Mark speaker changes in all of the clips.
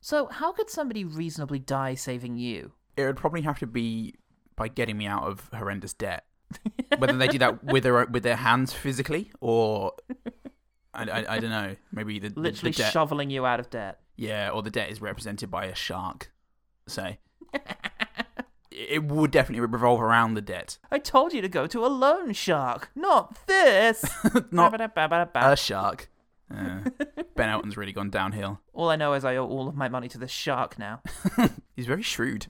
Speaker 1: So, how could somebody reasonably die saving you?
Speaker 2: It would probably have to be by getting me out of horrendous debt. Whether they do that with their with their hands physically or I, I, I don't know. Maybe the the-
Speaker 1: Literally
Speaker 2: the debt,
Speaker 1: shoveling you out of debt.
Speaker 2: yeah, or the debt is represented by a shark. So it would definitely revolve around the debt,
Speaker 1: I told you to go to a loan shark, not this.
Speaker 2: not a
Speaker 1: Ba-ba-da-ba-ba-da-ba.
Speaker 2: shark. Uh, ben Elton's really gone downhill.
Speaker 1: all I know is I owe all of my money to this shark now.
Speaker 2: He's very shrewd.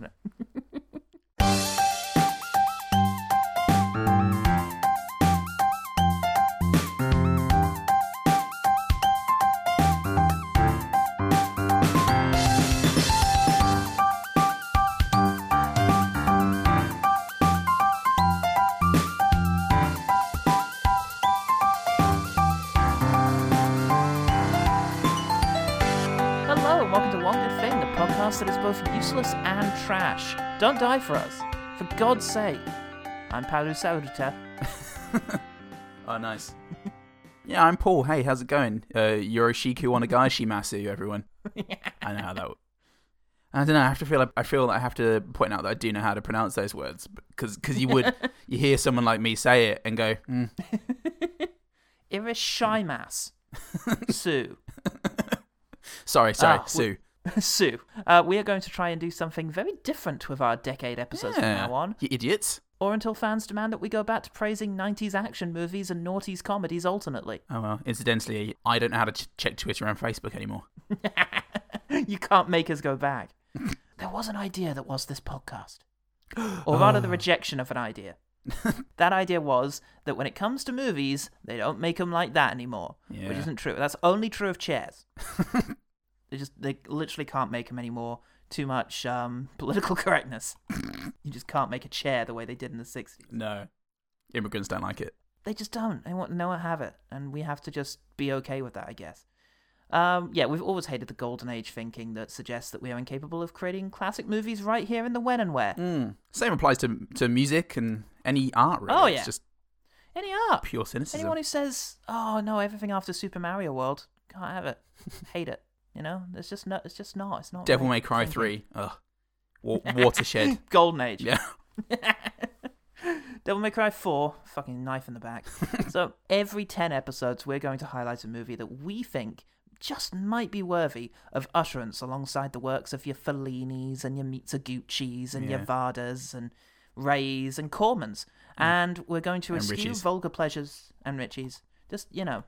Speaker 1: Hello, and welcome to One Good Thing, the podcast that is both useless and trash. Don't die for us, for God's sake. I'm Paolo Saudita.
Speaker 2: Oh, nice. Yeah, I'm Paul. Hey, how's it going? Uh, Yoroshiku Onagashi Masu, everyone. I know how that. W- I don't know. I have to feel. Like, I feel like I have to point out that I do know how to pronounce those words because because you would you hear someone like me say it and go, mm,
Speaker 1: Irishimas. Sue.
Speaker 2: sorry, sorry,
Speaker 1: Ah,
Speaker 2: Sue.
Speaker 1: Sue. Uh, we are going to try and do something very different with our decade episodes
Speaker 2: Yeah,
Speaker 1: from now on,
Speaker 2: You idiots.
Speaker 1: or until fans demand that we go back to praising 90s action movies and noughties comedies alternately.
Speaker 2: Oh well. Incidentally, I don't know how to ch- check Twitter and Facebook anymore.
Speaker 1: you can't make us go back. there was an idea that was this podcast, or rather,
Speaker 2: Oh.
Speaker 1: the rejection of an idea. that idea was that when it comes to movies, they don't make them like that anymore,
Speaker 2: Yeah.
Speaker 1: which isn't true. That's only true of chairs. they just they literally can't make them anymore. Too much um, political correctness. you just can't make a chair the way they did in the '60s.
Speaker 2: No, immigrants don't like it.
Speaker 1: They just don't. They want no one have it, and we have to just be okay with that, I guess. Um, yeah, we've always hated the golden age thinking that suggests that we are incapable of creating classic movies right here in the when and where.
Speaker 2: Mm. Same applies to to music and any art. Really.
Speaker 1: Oh, yeah.
Speaker 2: It's just
Speaker 1: Any art?
Speaker 2: pure cynicism.
Speaker 1: Anyone who says, "Oh no, everything after Super Mario World can't have it," hate it. You know, it's just not. It's just not. It's not.
Speaker 2: Devil
Speaker 1: right
Speaker 2: May Cry
Speaker 1: thinking.
Speaker 2: three. Ugh. Wa- watershed.
Speaker 1: Golden Age.
Speaker 2: yeah.
Speaker 1: Devil May Cry 4, fucking knife in the back. so every 10 episodes, we're going to highlight a movie that we think just might be worthy of utterance alongside the works of your Fellinis and your Mitsuguchis and your
Speaker 2: Yeah. Mm.
Speaker 1: Vardas and Rays and Cormans. And we're going to
Speaker 2: And
Speaker 1: eschew
Speaker 2: Richies.
Speaker 1: vulgar pleasures and Richies. Just, you know,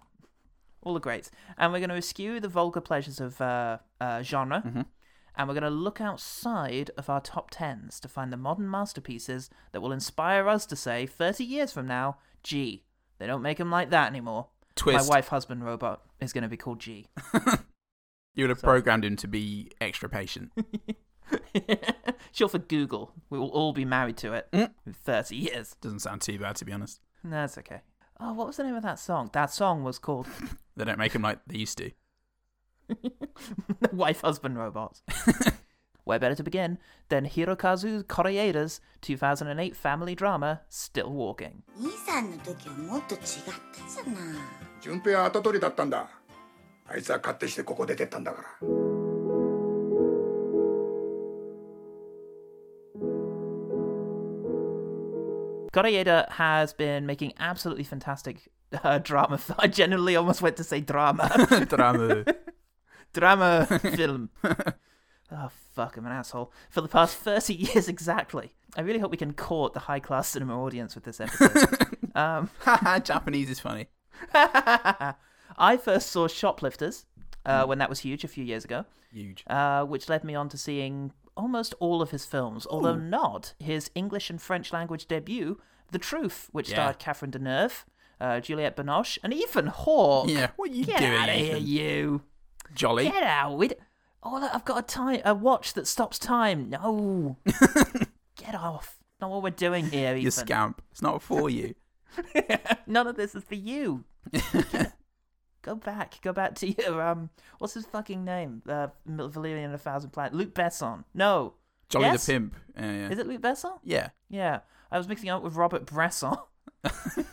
Speaker 1: all the greats. And we're going to eschew the vulgar pleasures of uh, uh, genre.
Speaker 2: Mm-hmm.
Speaker 1: And we're going to look outside of our top tens to find the modern masterpieces that will inspire us to say 30 years from now, gee, they don't make them like that anymore.
Speaker 2: Twist.
Speaker 1: My wife husband robot is going to be called G.
Speaker 2: You would have programmed him to be extra patient.
Speaker 1: Sure for Google. We will all be married to it
Speaker 2: Mm.
Speaker 1: in 30 years.
Speaker 2: Doesn't sound too bad, to be honest.
Speaker 1: No, That's okay. Oh, what was the name of that song? That song was called
Speaker 2: They don't make him like they used to.
Speaker 1: Wife Husband Robots. Where better to begin than Hirokazu Koreeda's 2008 family drama, Still Walking?
Speaker 3: 兄さんの時はもっと違ったじゃない
Speaker 4: 順平は後取りだったんだあいつは勝手してここ出てったんだから
Speaker 1: Koreeda has been making absolutely fantastic uh, drama. I genuinely almost went to say drama.
Speaker 2: Drama.
Speaker 1: drama film. Oh, fuck, I'm an asshole. For the past 30 years exactly. I really hope we can court the high class cinema audience with this episode.
Speaker 2: Haha, Japanese is funny.
Speaker 1: I first saw Shoplifters uh,
Speaker 2: Hmm.
Speaker 1: when that was huge a few years ago,
Speaker 2: Huge.
Speaker 1: uh, which led me on to seeing almost all of his films, although not his English and French language debut, The Truth, which
Speaker 2: Yeah.
Speaker 1: starred Catherine Deneuve, uh, Juliette Binoche, and Ethan Hawke.
Speaker 2: Yeah. What are you
Speaker 1: Get
Speaker 2: doing?
Speaker 1: out of here,
Speaker 2: Ethan?
Speaker 1: you!
Speaker 2: Jolly.
Speaker 1: Get out! We d- oh, look, I've got a time, a watch that stops time. No, get off! Not what we're doing here, Ethan.
Speaker 2: You scamp. It's not for you.
Speaker 1: None of this is for you. Go back, go back to your um, what's his fucking name? Uh, Mil- Valerian and a Thousand Planets. Luke Besson. No,
Speaker 2: Jolly
Speaker 1: Yes?
Speaker 2: the pimp. Uh, yeah.
Speaker 1: is it Luke Besson?
Speaker 2: yeah.
Speaker 1: Yeah, I was mixing up with Robert Bresson.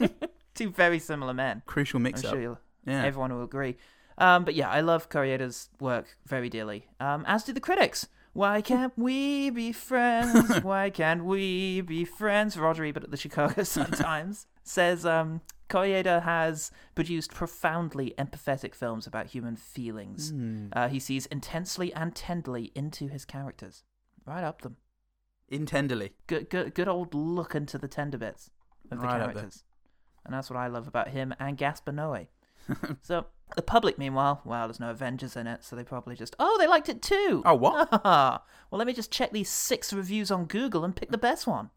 Speaker 1: Two very similar men.
Speaker 2: Crucial
Speaker 1: I'm
Speaker 2: mix up.
Speaker 1: sure you'll,
Speaker 2: Yeah.
Speaker 1: everyone will agree. Um, but yeah, I love Koreeda's work very dearly. Um, as do the critics. Why can't we be friends? Why can't we be friends? Roger Ebert at the Chicago Sun Times says um, Koreeda has produced profoundly empathetic films about human feelings. Uh, he sees intensely and tenderly into his characters, right up them.
Speaker 2: Intenderly.
Speaker 1: Good, good, good old look into the tender bits of the
Speaker 2: Right up there.
Speaker 1: characters, and that's what I love about him and Gaspar Noé. so the public, meanwhile, well, there's no Avengers in it, so they probably just oh they liked it too.
Speaker 2: Oh, what?
Speaker 1: well, let me just check these six reviews on Google and pick the best one.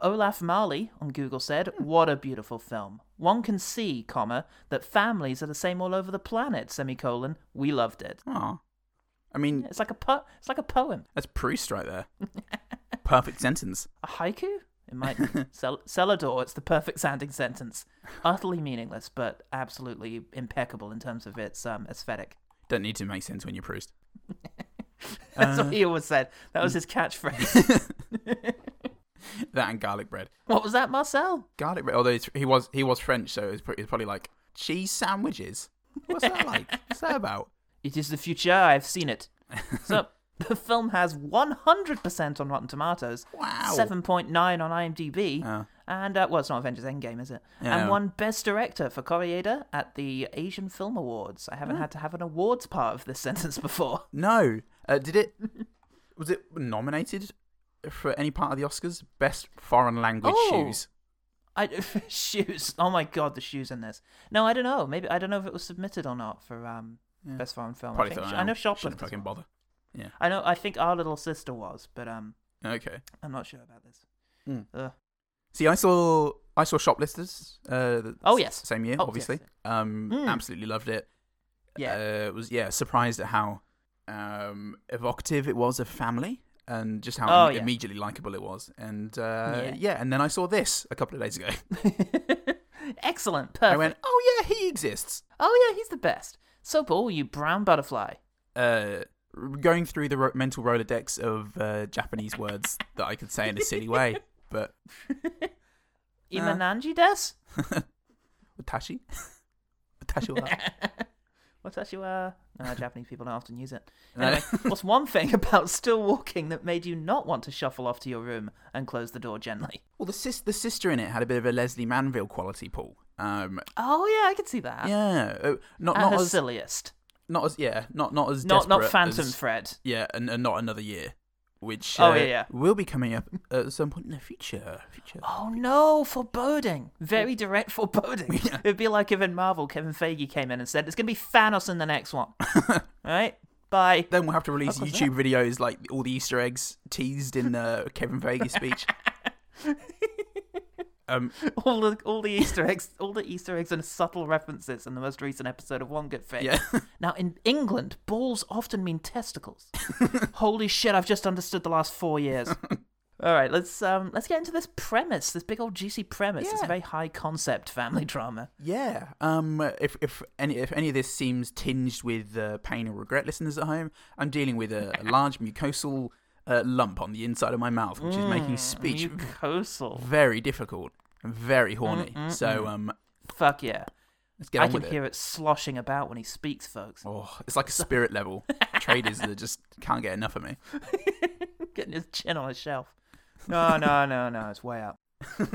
Speaker 1: Olaf Marley on Google said, "What a beautiful film. One can see, comma, that families are the same all over the planet." Semicolon. We loved it.
Speaker 2: Aw. I mean,
Speaker 1: It's like a po- it's like a poem,
Speaker 2: that's Proust right there. Perfect sentence.
Speaker 1: a haiku. It might be Cel- Celador. It's the perfect sounding sentence. Utterly meaningless, but absolutely impeccable in terms of its um, aesthetic.
Speaker 2: Don't need to make sense when you're Proust.
Speaker 1: That's what
Speaker 2: Uh.
Speaker 1: he always said. That
Speaker 2: Mm.
Speaker 1: was his catchphrase.
Speaker 2: That and garlic bread.
Speaker 1: what was that, Marcel?
Speaker 2: Garlic bread. Although it's, he was he was French, so it's probably, it's probably like cheese sandwiches. What's that like? What's that about?
Speaker 1: It is the future. I've seen it. So the film has 100% on Rotten Tomatoes,
Speaker 2: Wow.
Speaker 1: 7.9 on IMDb,
Speaker 2: Oh.
Speaker 1: and uh, well, it's not Avengers Endgame, is it?
Speaker 2: Yeah.
Speaker 1: And won Best Director for Koreeda at the Asian Film Awards. I
Speaker 2: Oh.
Speaker 1: haven't had to have an awards part of this sentence before.
Speaker 2: No. Uh, did it? Was it nominated for any part of the Oscars? Best foreign language
Speaker 1: Oh.
Speaker 2: shoes.
Speaker 1: I shoes. Oh my god, the shoes in this. No, I don't know. Maybe I don't know if it was submitted or not for um Best Foreign Film.
Speaker 2: Probably
Speaker 1: I, think,
Speaker 2: thought,
Speaker 1: I know
Speaker 2: "Oh,
Speaker 1: Shoplift.
Speaker 2: Shouldn't
Speaker 1: is
Speaker 2: fucking
Speaker 1: one.
Speaker 2: bother.
Speaker 1: I know. I think Our Little Sister was, but um,
Speaker 2: Okay.
Speaker 1: I'm not sure about this.
Speaker 2: Mm.
Speaker 1: Ugh.
Speaker 2: See, I saw I saw Shoplifters. Uh, the
Speaker 1: Oh,
Speaker 2: s-
Speaker 1: yes.
Speaker 2: same year,
Speaker 1: Oh,
Speaker 2: obviously.
Speaker 1: yes.
Speaker 2: Um,
Speaker 1: Mm.
Speaker 2: absolutely loved it.
Speaker 1: Yeah.
Speaker 2: uh, was yeah surprised at how um evocative it was of family and just how
Speaker 1: Oh,
Speaker 2: im-
Speaker 1: yeah.
Speaker 2: immediately likable it was. And uh,
Speaker 1: Yeah.
Speaker 2: yeah. and then I saw this a couple of days ago.
Speaker 1: Excellent. Perfect.
Speaker 2: I went, oh yeah, he exists.
Speaker 1: oh yeah, he's the best. So cool, you brown butterfly.
Speaker 2: Uh, r- going through the ro- mental rolodex of uh, Japanese words that I could say in a silly way, but
Speaker 1: Imananji des?
Speaker 2: Watashi, Watashi wa.
Speaker 1: What's that you uh no, Japanese people don't often use it.
Speaker 2: No.
Speaker 1: Anyway, what's one thing about still walking that made you not want to shuffle off to your room and close the door gently?
Speaker 2: Well, the sis- the sister in it had a bit of a Leslie Manville quality, Paul. Um,
Speaker 1: Oh yeah, I can see that.
Speaker 2: yeah, uh, not
Speaker 1: At
Speaker 2: not
Speaker 1: Ah, her
Speaker 2: as
Speaker 1: silliest.
Speaker 2: not as yeah, not not as
Speaker 1: Not not
Speaker 2: desperate
Speaker 1: Phantom
Speaker 2: as-
Speaker 1: Fred.
Speaker 2: yeah, and, and not another year, which
Speaker 1: Oh,
Speaker 2: uh,
Speaker 1: yeah, yeah.
Speaker 2: will be coming up at some point in the future. Future.
Speaker 1: Oh no, foreboding. Very direct foreboding. It'd be like if in Marvel Kevin Feige came in and said, It's gonna be Thanos in the next one. right? Bye.
Speaker 2: Then we'll have to release
Speaker 1: Fuck was
Speaker 2: YouTube videos like all the Easter eggs teased in uh, Kevin Feige's speech. um,
Speaker 1: all the all the Easter eggs, all the Easter eggs and subtle references in the most recent episode of One Good Thing.
Speaker 2: yeah,
Speaker 1: Now in England, balls often mean testicles. Holy shit! I've just understood the last four years. all right, let's um let's get into this premise, this big old juicy premise. It's a
Speaker 2: Yeah.
Speaker 1: very high concept family drama.
Speaker 2: yeah. Um, if if any if any of this seems tinged with uh, pain or regret, listeners at home, I'm dealing with a, a large mucosal uh, lump on the inside of my mouth, which is
Speaker 1: Hmm,
Speaker 2: making speech
Speaker 1: Mucosal.
Speaker 2: very difficult, and very horny. So um,
Speaker 1: Fuck yeah!
Speaker 2: Mm, let's get
Speaker 1: I
Speaker 2: on
Speaker 1: can
Speaker 2: with it.
Speaker 1: hear it sloshing about when he speaks, folks.
Speaker 2: Oh, it's like a spirit level. Traders that just can't get enough of me.
Speaker 1: getting his chin on a shelf. No, no, no, no, it's way up.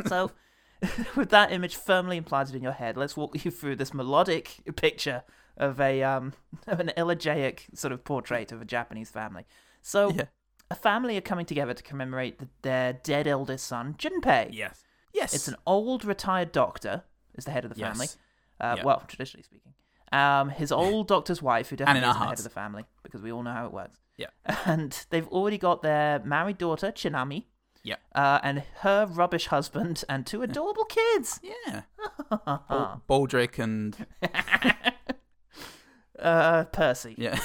Speaker 1: so, with that image firmly implanted in your head, let's walk you through this melodic picture of a um of an elegiac sort of portrait of a Japanese family. So,
Speaker 2: Yeah.
Speaker 1: a family are coming together to commemorate the, their dead eldest son, Junpei.
Speaker 2: Yes. Yes.
Speaker 1: It's an old retired doctor, is the head of the family.
Speaker 2: Yes.
Speaker 1: Uh,
Speaker 2: Yeah.
Speaker 1: Well, traditionally speaking. Um, his old doctor's wife, who
Speaker 2: And
Speaker 1: definitely
Speaker 2: in
Speaker 1: is
Speaker 2: our
Speaker 1: the head
Speaker 2: hearts.
Speaker 1: of the family, because we all know how it works.
Speaker 2: Yeah.
Speaker 1: And they've already got their married daughter, Chinami,
Speaker 2: Yeah.
Speaker 1: uh, and her rubbish husband and two adorable kids.
Speaker 2: Yeah. Bal- Baldric and
Speaker 1: Uh, Percy.
Speaker 2: yeah.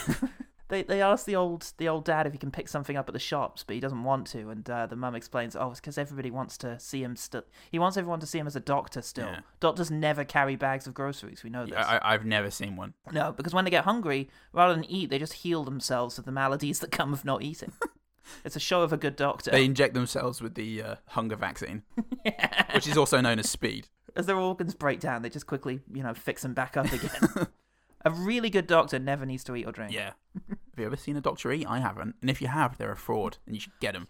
Speaker 1: They they ask the old the old dad if he can pick something up at the shops, but he doesn't want to. And uh, the mum explains, "Oh, it's because everybody wants to see him still. He wants everyone to see him as a doctor still.
Speaker 2: Yeah.
Speaker 1: Doctors never carry bags of groceries. We know this.
Speaker 2: I, I- I've never seen one.
Speaker 1: No, because when they get hungry, rather than eat, they just heal themselves of the maladies that come of not eating. it's a show of a good doctor,
Speaker 2: They inject themselves with the uh, hunger vaccine, which is also known as speed.
Speaker 1: as their organs break down, they just quickly, you know, fix them back up again. A really good doctor never needs to eat or drink.
Speaker 2: Yeah. have you ever seen a doctor eat? I haven't. And if you have, they're a fraud, and you should get them.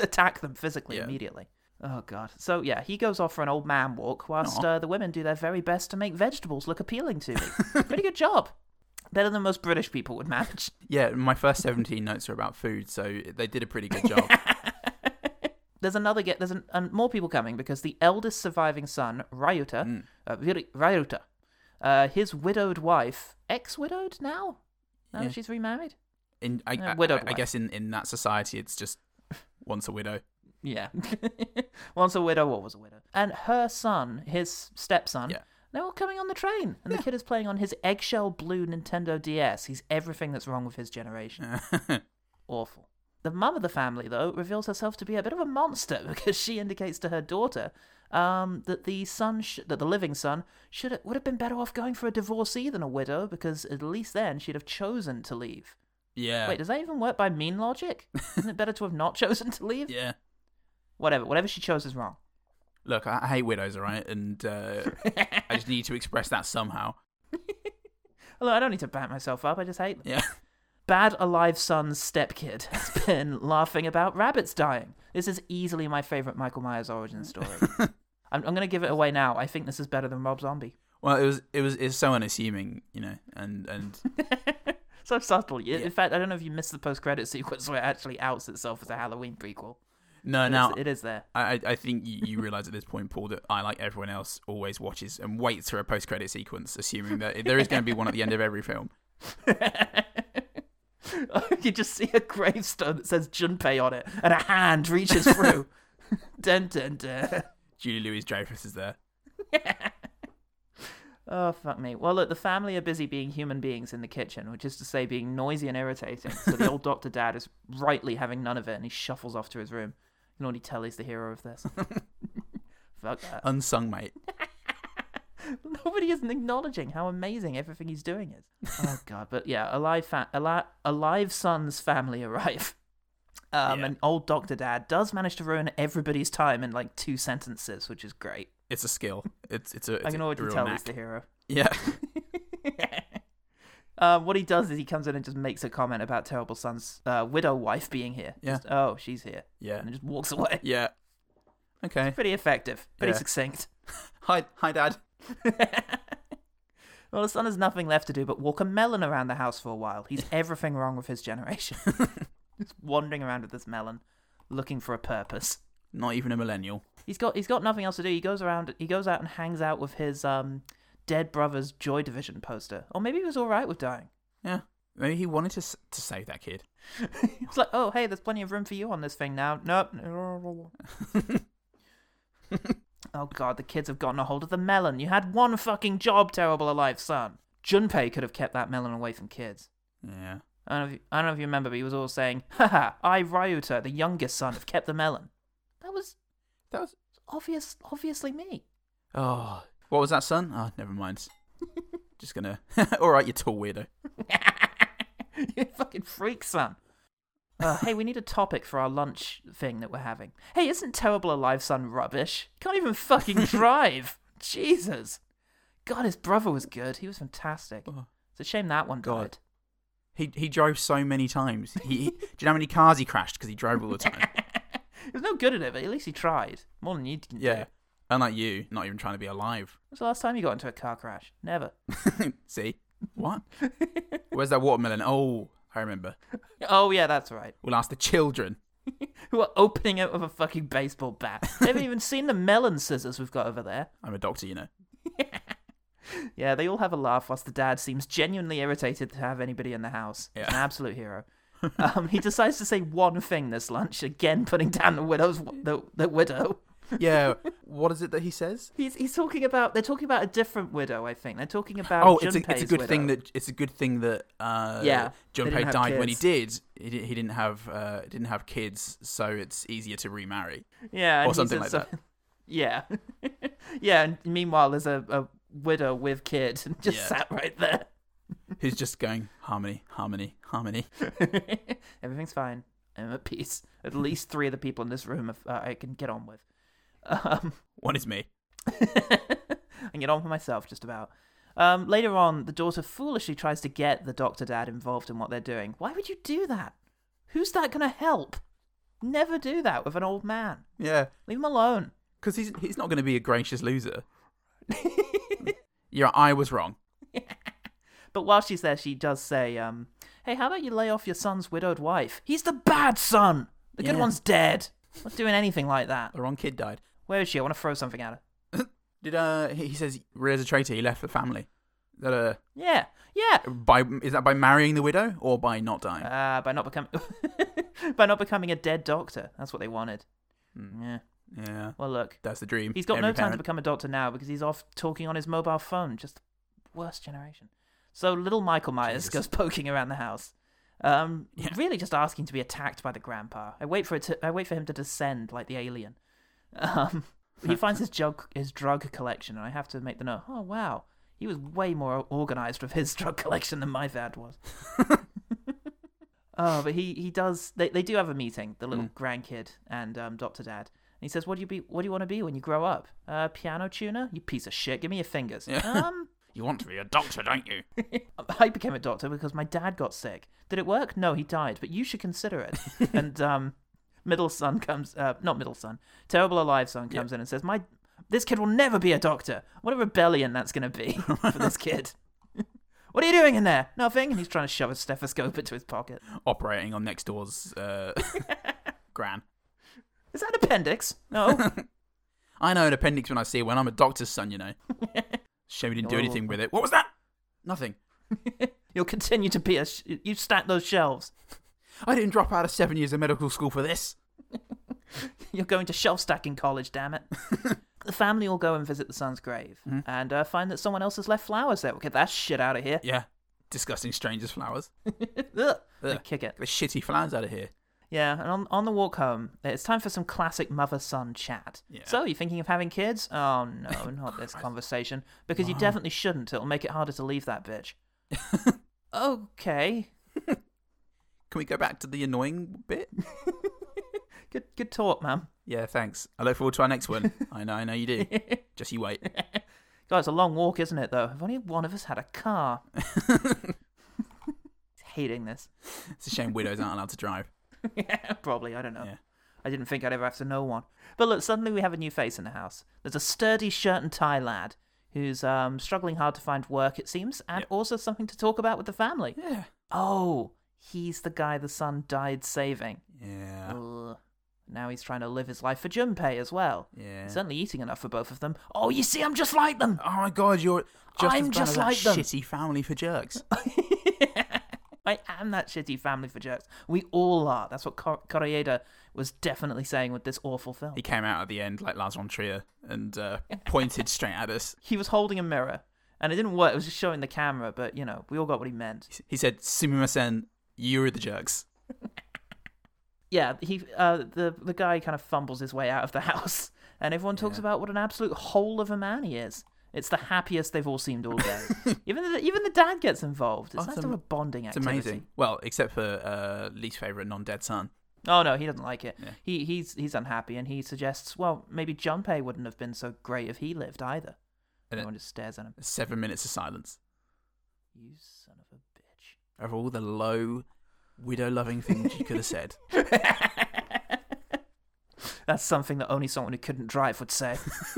Speaker 1: Attack them physically
Speaker 2: Yeah.
Speaker 1: immediately. Oh god. So yeah, he goes off for an old man walk whilst
Speaker 2: Aw.
Speaker 1: uh, the women do their very best to make vegetables look appealing to me. Pretty good job. Better than most British people would manage.
Speaker 2: Yeah, my first 17 notes are about food, so they did a pretty good job.
Speaker 1: There's another get. There's an, and more people coming because the eldest surviving son, Ryuta,
Speaker 2: Hmm.
Speaker 1: uh, Ry- Ryuta, uh, his widowed wife, ex-widowed now. Now
Speaker 2: Yeah.
Speaker 1: that she's remarried.
Speaker 2: In I,
Speaker 1: Yeah,
Speaker 2: I-
Speaker 1: widowed
Speaker 2: I, I
Speaker 1: wife.
Speaker 2: guess in, in that society, it's just once a widow.
Speaker 1: Yeah. Once a widow, always a widow. And her son, his stepson,
Speaker 2: Yeah.
Speaker 1: they're all coming on the train. And the kid is playing on his eggshell blue Nintendo DS. He's everything that's wrong with his generation. Awful. The mum of the family, though, reveals herself to be a bit of a monster because she indicates to her daughter um, that the son, sh- that the living son, should would have been better off going for a divorcee than a widow because at least then she'd have chosen to leave.
Speaker 2: yeah.
Speaker 1: Wait, does that even work by mean logic? Isn't it better to have not chosen to leave?
Speaker 2: yeah.
Speaker 1: Whatever, whatever she chose is wrong.
Speaker 2: Look, I, I hate widows, all right? And uh, I just need to express that somehow.
Speaker 1: Although I don't need to back myself up, I just hate them.
Speaker 2: Yeah.
Speaker 1: Bad Alive Son's stepkid has been laughing about rabbits dying. This is easily my favourite Michael Myers origin story. I'm, I'm going to give it away now. I think this is better than Rob Zombie.
Speaker 2: Well, it was it was it's so unassuming, you know, and and
Speaker 1: So subtle. In in fact, I don't know if you missed the post credit sequence where it actually outs itself as a Halloween prequel.
Speaker 2: no,
Speaker 1: It
Speaker 2: now
Speaker 1: is- it is there.
Speaker 2: I I- I think you, you realize at this point, Paul, that I like everyone else always watches and waits for a post credit sequence, assuming that there is going to be one at the end of every film.
Speaker 1: you just see a gravestone that says Junpei on it, and a hand reaches through. dun dun dun.
Speaker 2: Julie Louis Dreyfus is there.
Speaker 1: Oh, fuck me. Well, look, the family are busy being human beings in the kitchen, which is to say, being noisy and irritating. So the old doctor dad is rightly having none of it and he shuffles off to his room. You can already tell he's the hero of this. fuck that.
Speaker 2: Unsung mate.
Speaker 1: Nobody isn't acknowledging how amazing everything he's doing is. Oh, God. But yeah, alive, fa- alive, alive son's family arrive. Um,
Speaker 2: Yeah.
Speaker 1: And old doctor dad does manage to ruin everybody's time in like two sentences, which is great.
Speaker 2: It's a skill. It's it's a. It's
Speaker 1: I can
Speaker 2: a
Speaker 1: already
Speaker 2: real
Speaker 1: tell
Speaker 2: knack.
Speaker 1: he's the hero.
Speaker 2: Yeah.
Speaker 1: Uh, what he does is he comes in and just makes a comment about terrible son's uh, widow wife being here.
Speaker 2: Yeah.
Speaker 1: Just, oh, she's here.
Speaker 2: Yeah.
Speaker 1: And just walks away.
Speaker 2: Yeah. Okay.
Speaker 1: Pretty effective. Pretty
Speaker 2: Yeah.
Speaker 1: succinct.
Speaker 2: Hi, hi, Dad.
Speaker 1: Well, the son has nothing left to do but walk a melon around the house for a while. He's everything wrong with his generation. just wandering around with this melon, looking for a purpose.
Speaker 2: Not even a millennial.
Speaker 1: He's got he's got nothing else to do. He goes around. He goes out and hangs out with his um dead brother's Joy Division poster. Or maybe he was all right with dying.
Speaker 2: Yeah. Maybe he wanted to s- to save that kid.
Speaker 1: It's like, oh, hey, there's plenty of room for you on this thing now. Nope. oh, God, the kids have gotten a hold of the melon. You had one fucking job, terrible alive son. Junpei could have kept that melon away from kids.
Speaker 2: Yeah.
Speaker 1: I don't, know if you, I don't know if you remember, but he was always saying, haha, I, Ryuta, the youngest son, have kept the melon. That was
Speaker 2: That was.
Speaker 1: obvious, obviously me.
Speaker 2: Oh. What was that, son? Oh, never mind. Just gonna. All right, you tall weirdo.
Speaker 1: you fucking freak, son. Uh, hey, we need a topic for our lunch thing that we're having. Hey, isn't Terrible Alive Son rubbish? Can't even fucking drive. Jesus. God, his brother was good. He was fantastic.
Speaker 2: Oh.
Speaker 1: It's a shame that one
Speaker 2: God.
Speaker 1: died.
Speaker 2: He he drove so many times. He, he do you know how many cars he crashed because he drove all the time?
Speaker 1: He was no good at it, but at least he tried. More than you can do.
Speaker 2: Yeah. Unlike you, not even trying to be alive.
Speaker 1: When's the last time you got into a car crash? Never.
Speaker 2: See what? Where's that watermelon? Oh, I remember.
Speaker 1: Oh, yeah, that's right.
Speaker 2: We'll ask the children.
Speaker 1: Who are opening it with a fucking baseball bat. They haven't even seen the melon scissors we've got over there.
Speaker 2: I'm a doctor, you know.
Speaker 1: Yeah, they all have a laugh whilst the dad seems genuinely irritated to have anybody in the house. He's
Speaker 2: Yeah.
Speaker 1: An absolute hero. um, he decides to say one thing this lunch, again putting down the widow's the, the widow.
Speaker 2: Yeah. what is it that he says?
Speaker 1: He's he's talking about they're talking about a different widow, I think. They're talking about
Speaker 2: Oh, it's a, it's
Speaker 1: Junpei's
Speaker 2: a good thing
Speaker 1: widow.
Speaker 2: that it's a good thing that uh,
Speaker 1: Yeah, they didn't
Speaker 2: Junpei
Speaker 1: have
Speaker 2: died when he
Speaker 1: kids.
Speaker 2: did. He, di- he didn't have uh, didn't have kids, so it's easier to remarry.
Speaker 1: yeah, and
Speaker 2: or
Speaker 1: he
Speaker 2: something
Speaker 1: says
Speaker 2: like that.
Speaker 1: some- Yeah, yeah. And meanwhile, there's a, a widow with kid and just
Speaker 2: Yeah.
Speaker 1: sat right there.
Speaker 2: Who's just going harmony, harmony, harmony?
Speaker 1: Everything's fine. I'm at peace. At least three of the people in this room if, uh, I can get on with. Um,
Speaker 2: One is me.
Speaker 1: and get on for myself just about. Um, later on, the daughter foolishly tries to get the Doctor Dad involved in what they're doing. Why would you do that? Who's that going to help? Never do that with an old man.
Speaker 2: Yeah,
Speaker 1: Leave him alone.
Speaker 2: because he's he's not going to be a gracious loser. yeah, I was wrong.
Speaker 1: But while she's there, she does say, um, "Hey, how about you lay off your son's widowed wife? He's the bad son. The good
Speaker 2: Yeah.
Speaker 1: one's dead. Not doing anything like that.
Speaker 2: The wrong kid died.
Speaker 1: Where is she? I want to throw something at her."
Speaker 2: Did uh? He he says Rhea's a traitor. He left the family. Is That uh,
Speaker 1: Yeah, yeah.
Speaker 2: by is that by marrying the widow or by not dying?
Speaker 1: Uh, by not becoming by not becoming a dead doctor. That's what they wanted. Yeah.
Speaker 2: yeah,
Speaker 1: Well, look,
Speaker 2: that's the dream.
Speaker 1: he's got
Speaker 2: Every
Speaker 1: no time to
Speaker 2: parent.
Speaker 1: become a doctor now because he's off talking on his mobile phone. Just the worst generation. So little Michael Myers
Speaker 2: Jesus.
Speaker 1: goes poking around the house. Um,
Speaker 2: Yeah.
Speaker 1: really just asking to be attacked by the grandpa. I wait for it. To, I wait for him to descend like the alien. Um, he finds his drug his drug collection, and I have to make the note. Oh wow, he was way more organized with his drug collection than my dad was. oh, but he he does. They they do have a meeting. The little grandkid and um, Doctor Dad. And he says, "What do you be? What do you want to be when you grow up? Uh, piano tuner? You piece of shit! Give me your fingers." Um,
Speaker 2: You want to be a doctor, don't you?
Speaker 1: I became a doctor because my dad got sick. Did it work? No, he died. But you should consider it. and um, middle son comes, uh, not middle son, terrible alive son comes in and says, "My this kid will never be a doctor. What a rebellion that's going to be for this kid." What are you doing in there? Nothing. And he's trying to shove a stethoscope into his pocket.
Speaker 2: Operating on next door's uh, gran.
Speaker 1: Is that an appendix? No.
Speaker 2: I know an appendix when I see it. When I'm a doctor's son, you know. Shame we didn't do
Speaker 1: Oh.
Speaker 2: anything with it. What was that? Nothing.
Speaker 1: You'll continue to be a. Sh- you stack those shelves.
Speaker 2: I didn't drop out of seven years of medical school for this.
Speaker 1: You're going to shelf stacking college, damn it. the family all go and visit the son's grave and uh, find that someone else has left flowers there. We'll get that shit out of here.
Speaker 2: Yeah. Disgusting strangers' flowers.
Speaker 1: Ugh. They
Speaker 2: Ugh.
Speaker 1: kick it.
Speaker 2: Get the shitty flowers out of here.
Speaker 1: Yeah, and on, on the walk home, it's time for some classic mother son chat.
Speaker 2: Yeah.
Speaker 1: So, you thinking of having kids? Oh, no, not this conversation. Because you definitely shouldn't. It'll make it harder to leave that bitch. okay.
Speaker 2: Can we go back to the annoying bit?
Speaker 1: Good, good talk, ma'am.
Speaker 2: yeah, thanks. I look forward to our next one. I know, I know you do. Just you wait.
Speaker 1: God, it's a long walk, isn't it, though? If only one of us had a car. Hating this.
Speaker 2: It's a shame widows aren't allowed to drive.
Speaker 1: yeah, probably. I don't know.
Speaker 2: Yeah.
Speaker 1: I didn't think I'd ever have to know one. But look, suddenly we have a new face in the house. There's a sturdy shirt and tie lad who's um, struggling hard to find work, it seems, and also something to talk about with the family.
Speaker 2: Yeah.
Speaker 1: Oh, he's the guy the son died saving.
Speaker 2: Yeah.
Speaker 1: Ugh. Now he's trying to live his life for Junpei as well.
Speaker 2: Yeah.
Speaker 1: Certainly eating enough for both of them. Oh, you see, I'm just like them.
Speaker 2: Oh my god, you're just
Speaker 1: I'm
Speaker 2: as bad
Speaker 1: just
Speaker 2: as that
Speaker 1: like them.
Speaker 2: shitty family for jerks.
Speaker 1: I am that shitty family for jerks. We all are. That's what Kor- Koreeda was definitely saying with this awful film.
Speaker 2: he came out at the end like Lars von Trier and uh, pointed straight at us.
Speaker 1: he was holding a mirror and it didn't work it was just showing the camera but you know we all got what he meant
Speaker 2: He said, "Sumimasen, you're the jerks."
Speaker 1: yeah he uh the the guy kind of fumbles his way out of the house and everyone talks about what an absolute hole of a man he is it's the happiest they've all seemed all day even the, even the dad gets involved it's
Speaker 2: Oh,
Speaker 1: nice
Speaker 2: it's
Speaker 1: to
Speaker 2: am-
Speaker 1: have a bonding
Speaker 2: It's
Speaker 1: activity
Speaker 2: amazing. Well, except for uh, least favorite non-dead son.
Speaker 1: oh no he doesn't like it he he's he's unhappy and he suggests well maybe Junpei wouldn't have been so great if he lived either
Speaker 2: And it-
Speaker 1: everyone just stares at him
Speaker 2: Seven minutes of silence
Speaker 1: you son of a bitch
Speaker 2: of all the low, widow-loving things you could have said.
Speaker 1: That's something that only someone who couldn't drive would say.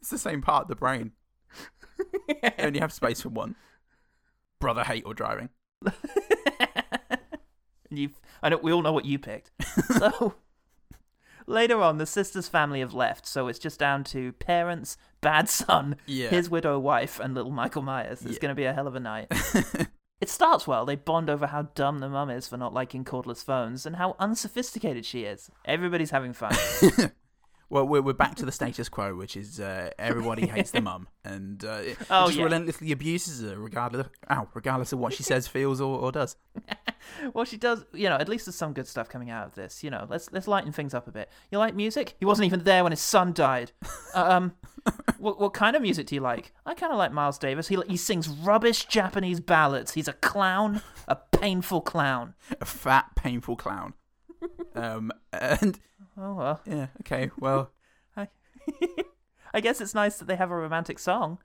Speaker 2: It's the same part of the brain. you only have space for one. Brother hate or driving.
Speaker 1: And you, I know we all know what you picked. So later on, the sisters' family have left, so it's just down to parents, bad son,
Speaker 2: Yeah.
Speaker 1: his widow wife, and little Michael Myers. It's
Speaker 2: Yeah.
Speaker 1: going to be a hell of a night. it starts well. They bond over how dumb the mum is for not liking cordless phones and how unsophisticated she is. Everybody's having fun.
Speaker 2: Well, we're, we're back to the status quo, which is uh, everybody hates their mum and uh, it- it
Speaker 1: Oh,
Speaker 2: just
Speaker 1: yeah.
Speaker 2: relentlessly abuses her, regardless, ow, regardless of what she says, feels, or, or does.
Speaker 1: Well, she does. You know, at least there's some good stuff coming out of this. You know, let's let's lighten things up a bit. You like music? He wasn't even there when his son died. um, what what kind of music do you like? I kind of like Miles Davis. He he sings rubbish Japanese ballads. He's a clown, a painful clown.
Speaker 2: A fat, painful clown. um, and
Speaker 1: Oh well,
Speaker 2: yeah, okay, well,
Speaker 1: I guess it's nice that they have a romantic song.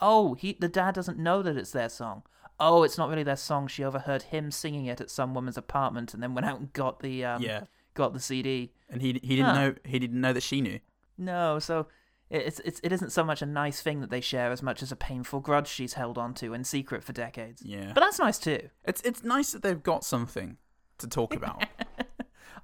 Speaker 1: Oh, he the dad doesn't know that it's their song. Oh, it's not really their song. She overheard him singing it at some woman's apartment, and then went out and got the um,
Speaker 2: Yeah.
Speaker 1: got the CD.
Speaker 2: And he he didn't
Speaker 1: Huh.
Speaker 2: know he didn't know that she knew.
Speaker 1: No, so it- it's it's it isn't so much a nice thing that they share as much as a painful grudge she's held onto in secret for decades.
Speaker 2: Yeah.
Speaker 1: But that's nice too.
Speaker 2: It's it's nice that they've got something to talk about.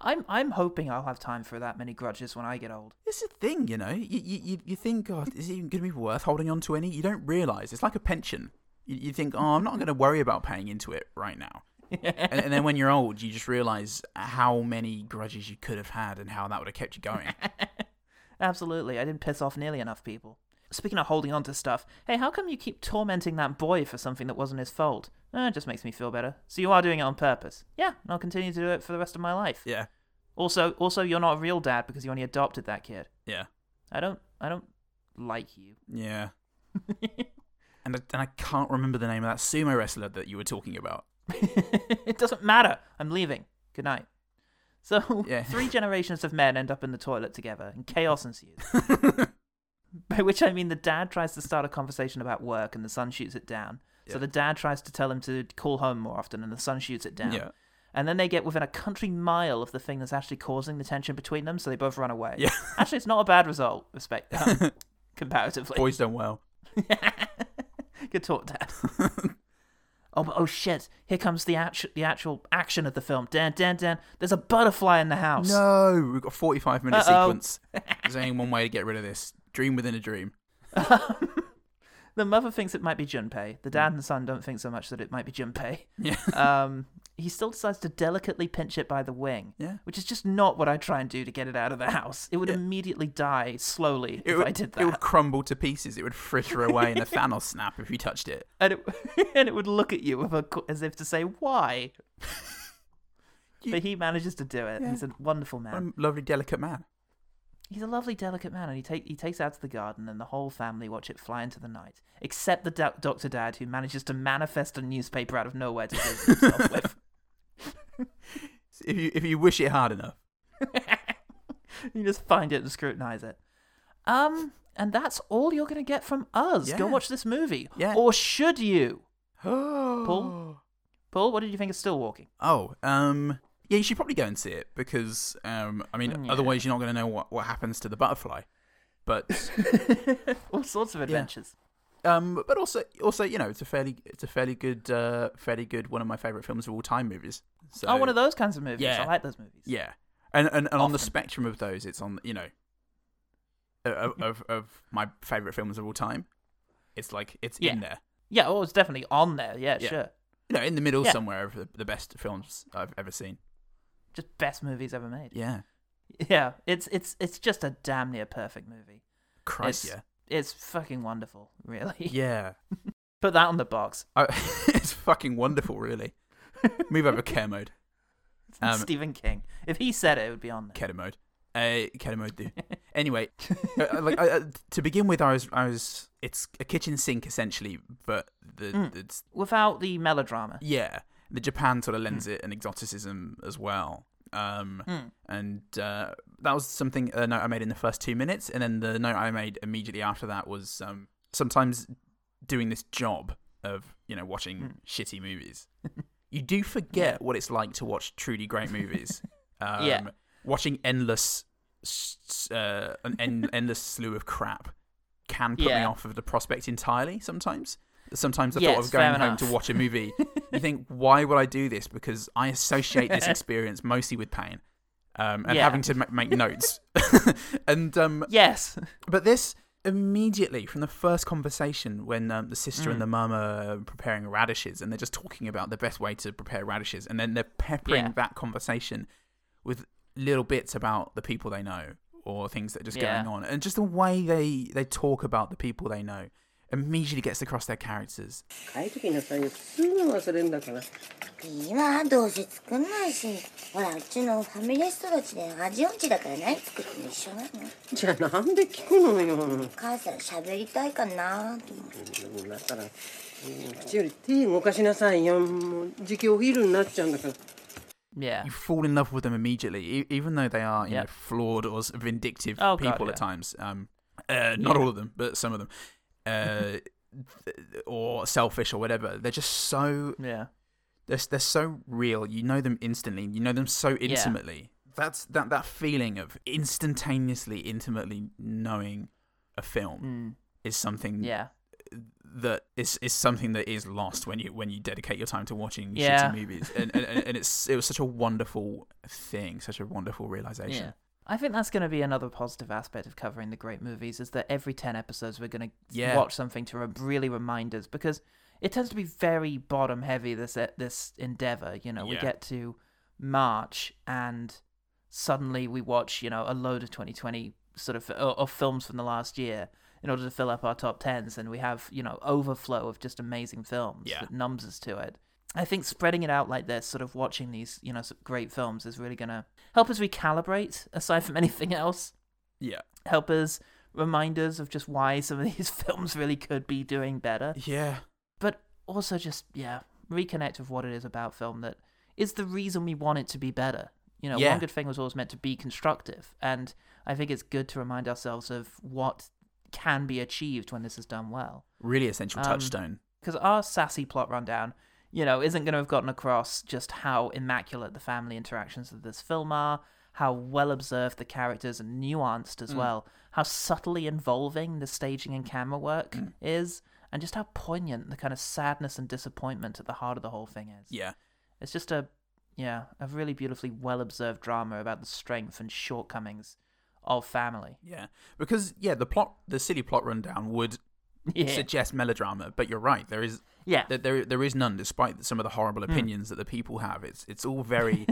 Speaker 1: I'm I'm hoping I'll have time for that many grudges when I get old.
Speaker 2: it's a thing, you know. You you, you, you think, God, is it even going to be worth holding on to any? You don't realize it's like a pension. You, you think, oh, I'm not going to worry about paying into it right now. and, and then when you're old, you just realize how many grudges you could have had and how that would have kept you going.
Speaker 1: Absolutely, I didn't piss off nearly enough people. Speaking of holding on to stuff, hey, how come you keep tormenting that boy for something that wasn't his fault? Uh, it just makes me feel better. So you are doing it on purpose. Yeah, and I'll continue to do it for the rest of my life.
Speaker 2: yeah,
Speaker 1: Also, also, you're not a real dad because you only adopted that kid.
Speaker 2: yeah,
Speaker 1: I don't, I don't like you.
Speaker 2: yeah. and, I, and I can't remember the name of that sumo wrestler that you were talking about.
Speaker 1: it doesn't matter. I'm leaving. Good night. So
Speaker 2: Yeah.
Speaker 1: three generations of men end up in the toilet together, and chaos ensues. By which I mean the dad tries to start a conversation about work, and the son shoots it down. So
Speaker 2: Yeah.
Speaker 1: the dad tries to tell him to call home more often, and the son shoots it down.
Speaker 2: Yeah.
Speaker 1: And then they get within a country mile of the thing that's actually causing the tension between them, so they both run away.
Speaker 2: Yeah.
Speaker 1: actually, it's not a bad result, respect um, comparatively.
Speaker 2: Boys done well.
Speaker 1: Good talk, Dad. oh, but, oh shit! Here comes the actual the actual action of the film. Dan, Dan, Dan. There's a butterfly in the house.
Speaker 2: No, we've got a 45 minute
Speaker 1: Uh-oh.
Speaker 2: sequence. There's only one way to get rid of this. Dream within a dream.
Speaker 1: The mother thinks it might be Junpei. The
Speaker 2: Hmm.
Speaker 1: dad and son don't think so much that it might be Junpei.
Speaker 2: Yeah.
Speaker 1: um, he still decides to delicately pinch it by the wing.
Speaker 2: Yeah.
Speaker 1: Which is just not what I try and do to get it out of the house. It would immediately die slowly if
Speaker 2: would,
Speaker 1: I did
Speaker 2: it would
Speaker 1: that,
Speaker 2: crumble to pieces. It would fritter away in a Thanos snap if you touched it.
Speaker 1: and it and it would look at you with a, qu- as if to say why. but he manages to do it. He's a wonderful man.
Speaker 2: What a lovely, delicate man.
Speaker 1: He's a lovely, delicate man, and he, take, he takes it out to the garden, and the whole family watch it fly into the night, except the doc- Doctor Dad, who manages to manifest a newspaper out of nowhere to busy himself with.
Speaker 2: If you if you wish it hard enough.
Speaker 1: You just find it and scrutinize it. Um, and that's all you're going to get from us. Go
Speaker 2: Yeah.
Speaker 1: watch this movie.
Speaker 2: Yeah.
Speaker 1: Or should you?
Speaker 2: Paul?
Speaker 1: Paul, what did you think of Still Walking?
Speaker 2: Oh, um, yeah, you should probably go and see it because, um, I mean,
Speaker 1: Yeah.
Speaker 2: otherwise you're not going to know what, what happens to the butterfly. But,
Speaker 1: all sorts of adventures.
Speaker 2: um, but also, also, you know, it's a fairly, it's a fairly good, uh, fairly good one of my favorite films of all time movies. So,
Speaker 1: oh, one of those kinds of movies.
Speaker 2: Yeah.
Speaker 1: I like those movies.
Speaker 2: Yeah, and and, and on the
Speaker 1: Often.
Speaker 2: spectrum of those, it's on you know, of
Speaker 1: Mm-hmm.
Speaker 2: of, of my favorite films of all time. It's like it's in
Speaker 1: Yeah.
Speaker 2: there,
Speaker 1: Yeah, oh, it's definitely on there. Yeah,
Speaker 2: Yeah.
Speaker 1: sure.
Speaker 2: you know, in the middle
Speaker 1: Yeah.
Speaker 2: somewhere of the, the best films I've ever seen.
Speaker 1: Just best movies ever made.
Speaker 2: Yeah,
Speaker 1: Yeah, it's it's it's just a damn near perfect movie.
Speaker 2: Christ,
Speaker 1: it's, it's fucking wonderful, really.
Speaker 2: yeah, yeah.
Speaker 1: Put that on the box.
Speaker 2: I, it's fucking wonderful, really. Move over care mode, Um,
Speaker 1: Stephen King. If he said it, it would be on there.
Speaker 2: Keto mode, uh, Keto mode. Do anyway. uh, uh, like I, uh, to begin with, I was I was. It's a kitchen sink essentially, but the it's
Speaker 1: Without the melodrama.
Speaker 2: Yeah, the Japan sort of lends it an exoticism as well. Um,
Speaker 1: Hmm.
Speaker 2: And uh, that was something a note I made in the first two minutes, and then the note I made immediately after that was um, sometimes doing this job of you know watching
Speaker 1: Hmm.
Speaker 2: shitty movies, you do forget what it's like to watch truly great movies. um,
Speaker 1: Yeah.
Speaker 2: watching endless s- s- uh, an en- endless slew of crap can put me
Speaker 1: Yeah.
Speaker 2: off of the prospect entirely sometimes. Sometimes the thought
Speaker 1: Yes,
Speaker 2: of going
Speaker 1: fair
Speaker 2: home to
Speaker 1: enough.
Speaker 2: watch a movie, you think, why would I do this? Because I associate this experience mostly with pain um, and
Speaker 1: Yeah.
Speaker 2: having to ma- make notes. and um,
Speaker 1: Yes.
Speaker 2: but this immediately from the first conversation when um, the sister
Speaker 1: Mm.
Speaker 2: and the mum are preparing radishes and they're just talking about the best way to prepare radishes, and then they're peppering
Speaker 1: Yeah.
Speaker 2: that conversation with little bits about the people they know or things that are just
Speaker 1: Yeah.
Speaker 2: going on, and just the way they they talk about the people they know immediately gets across their characters
Speaker 5: 書いときなさいよすぐ忘れんだから
Speaker 3: いいわどうせ作んないしほらうちのファミレストラちで味音痴だから何作っても一緒なの
Speaker 5: じゃあなんで聞くのよ
Speaker 3: 母さん喋りたいかなと思って
Speaker 5: だからうん口より手動かしなさいよもうじきお昼になっちゃうんだから
Speaker 1: Yeah.
Speaker 2: you fall in love with them immediately, e- even though they are you know
Speaker 1: Yep.
Speaker 2: flawed or s- vindictive
Speaker 1: Oh, God,
Speaker 2: people
Speaker 1: yeah.
Speaker 2: at times. Um, uh, not all of them, but some of them. Uh, or selfish or whatever. They're just so
Speaker 1: Yeah.
Speaker 2: they're they're so real. You know them instantly. You know them so intimately. That's that that feeling of instantaneously, intimately knowing a
Speaker 1: Mm.
Speaker 2: film is something
Speaker 1: Hmm. Yeah.
Speaker 2: that is is something that is lost when you when you dedicate your time to watching
Speaker 1: Yeah.
Speaker 2: shitty movies. And, and and it's it was such a wonderful thing, such a wonderful realization.
Speaker 1: Yeah. I think that's going to be another positive aspect of covering the great movies is that every 10 episodes we're going to
Speaker 2: Yeah.
Speaker 1: watch something to re- really remind us because it tends to be very bottom heavy this e, this endeavor, you know. We
Speaker 2: Yeah.
Speaker 1: get to March and suddenly we watch, you know, a load of 2020 sort of or, or films from the last year in order to fill up our top 10s and we have, you know, overflow of just amazing films
Speaker 2: Yeah.
Speaker 1: that numbs us to it. I think spreading it out like this, sort of watching these, you know, s- great films is really going to help us recalibrate aside from anything else.
Speaker 2: Yeah.
Speaker 1: Help us remind us of just why some of these films really could be doing better.
Speaker 2: Yeah.
Speaker 1: But also just, yeah, reconnect with what it is about film that is the reason we want it to be better. You know,
Speaker 2: Yeah.
Speaker 1: one good thing was always meant to be constructive. And I think it's good to remind ourselves of what can be achieved when this is done well
Speaker 2: Really essential
Speaker 1: Um,
Speaker 2: touchstone.
Speaker 1: because our sassy plot rundown, you know, isn't going to have gotten across just how immaculate the family interactions of this film are, how well observed the characters and nuanced
Speaker 2: Mm.
Speaker 1: as well, how subtly involving the staging and camera work
Speaker 2: Mm.
Speaker 1: is, and just how poignant the kind of sadness and disappointment at the heart of the whole thing is.
Speaker 2: Yeah.
Speaker 1: It's just a yeah, a really beautifully well observed drama about the strength and shortcomings of family.
Speaker 2: Yeah. Because yeah, the plot the silly plot rundown would
Speaker 1: Yeah.
Speaker 2: suggest melodrama, but you're right. There is
Speaker 1: Yeah.
Speaker 2: that there there is none, despite some of the horrible
Speaker 1: Hmm.
Speaker 2: opinions that the people have. It's it's all very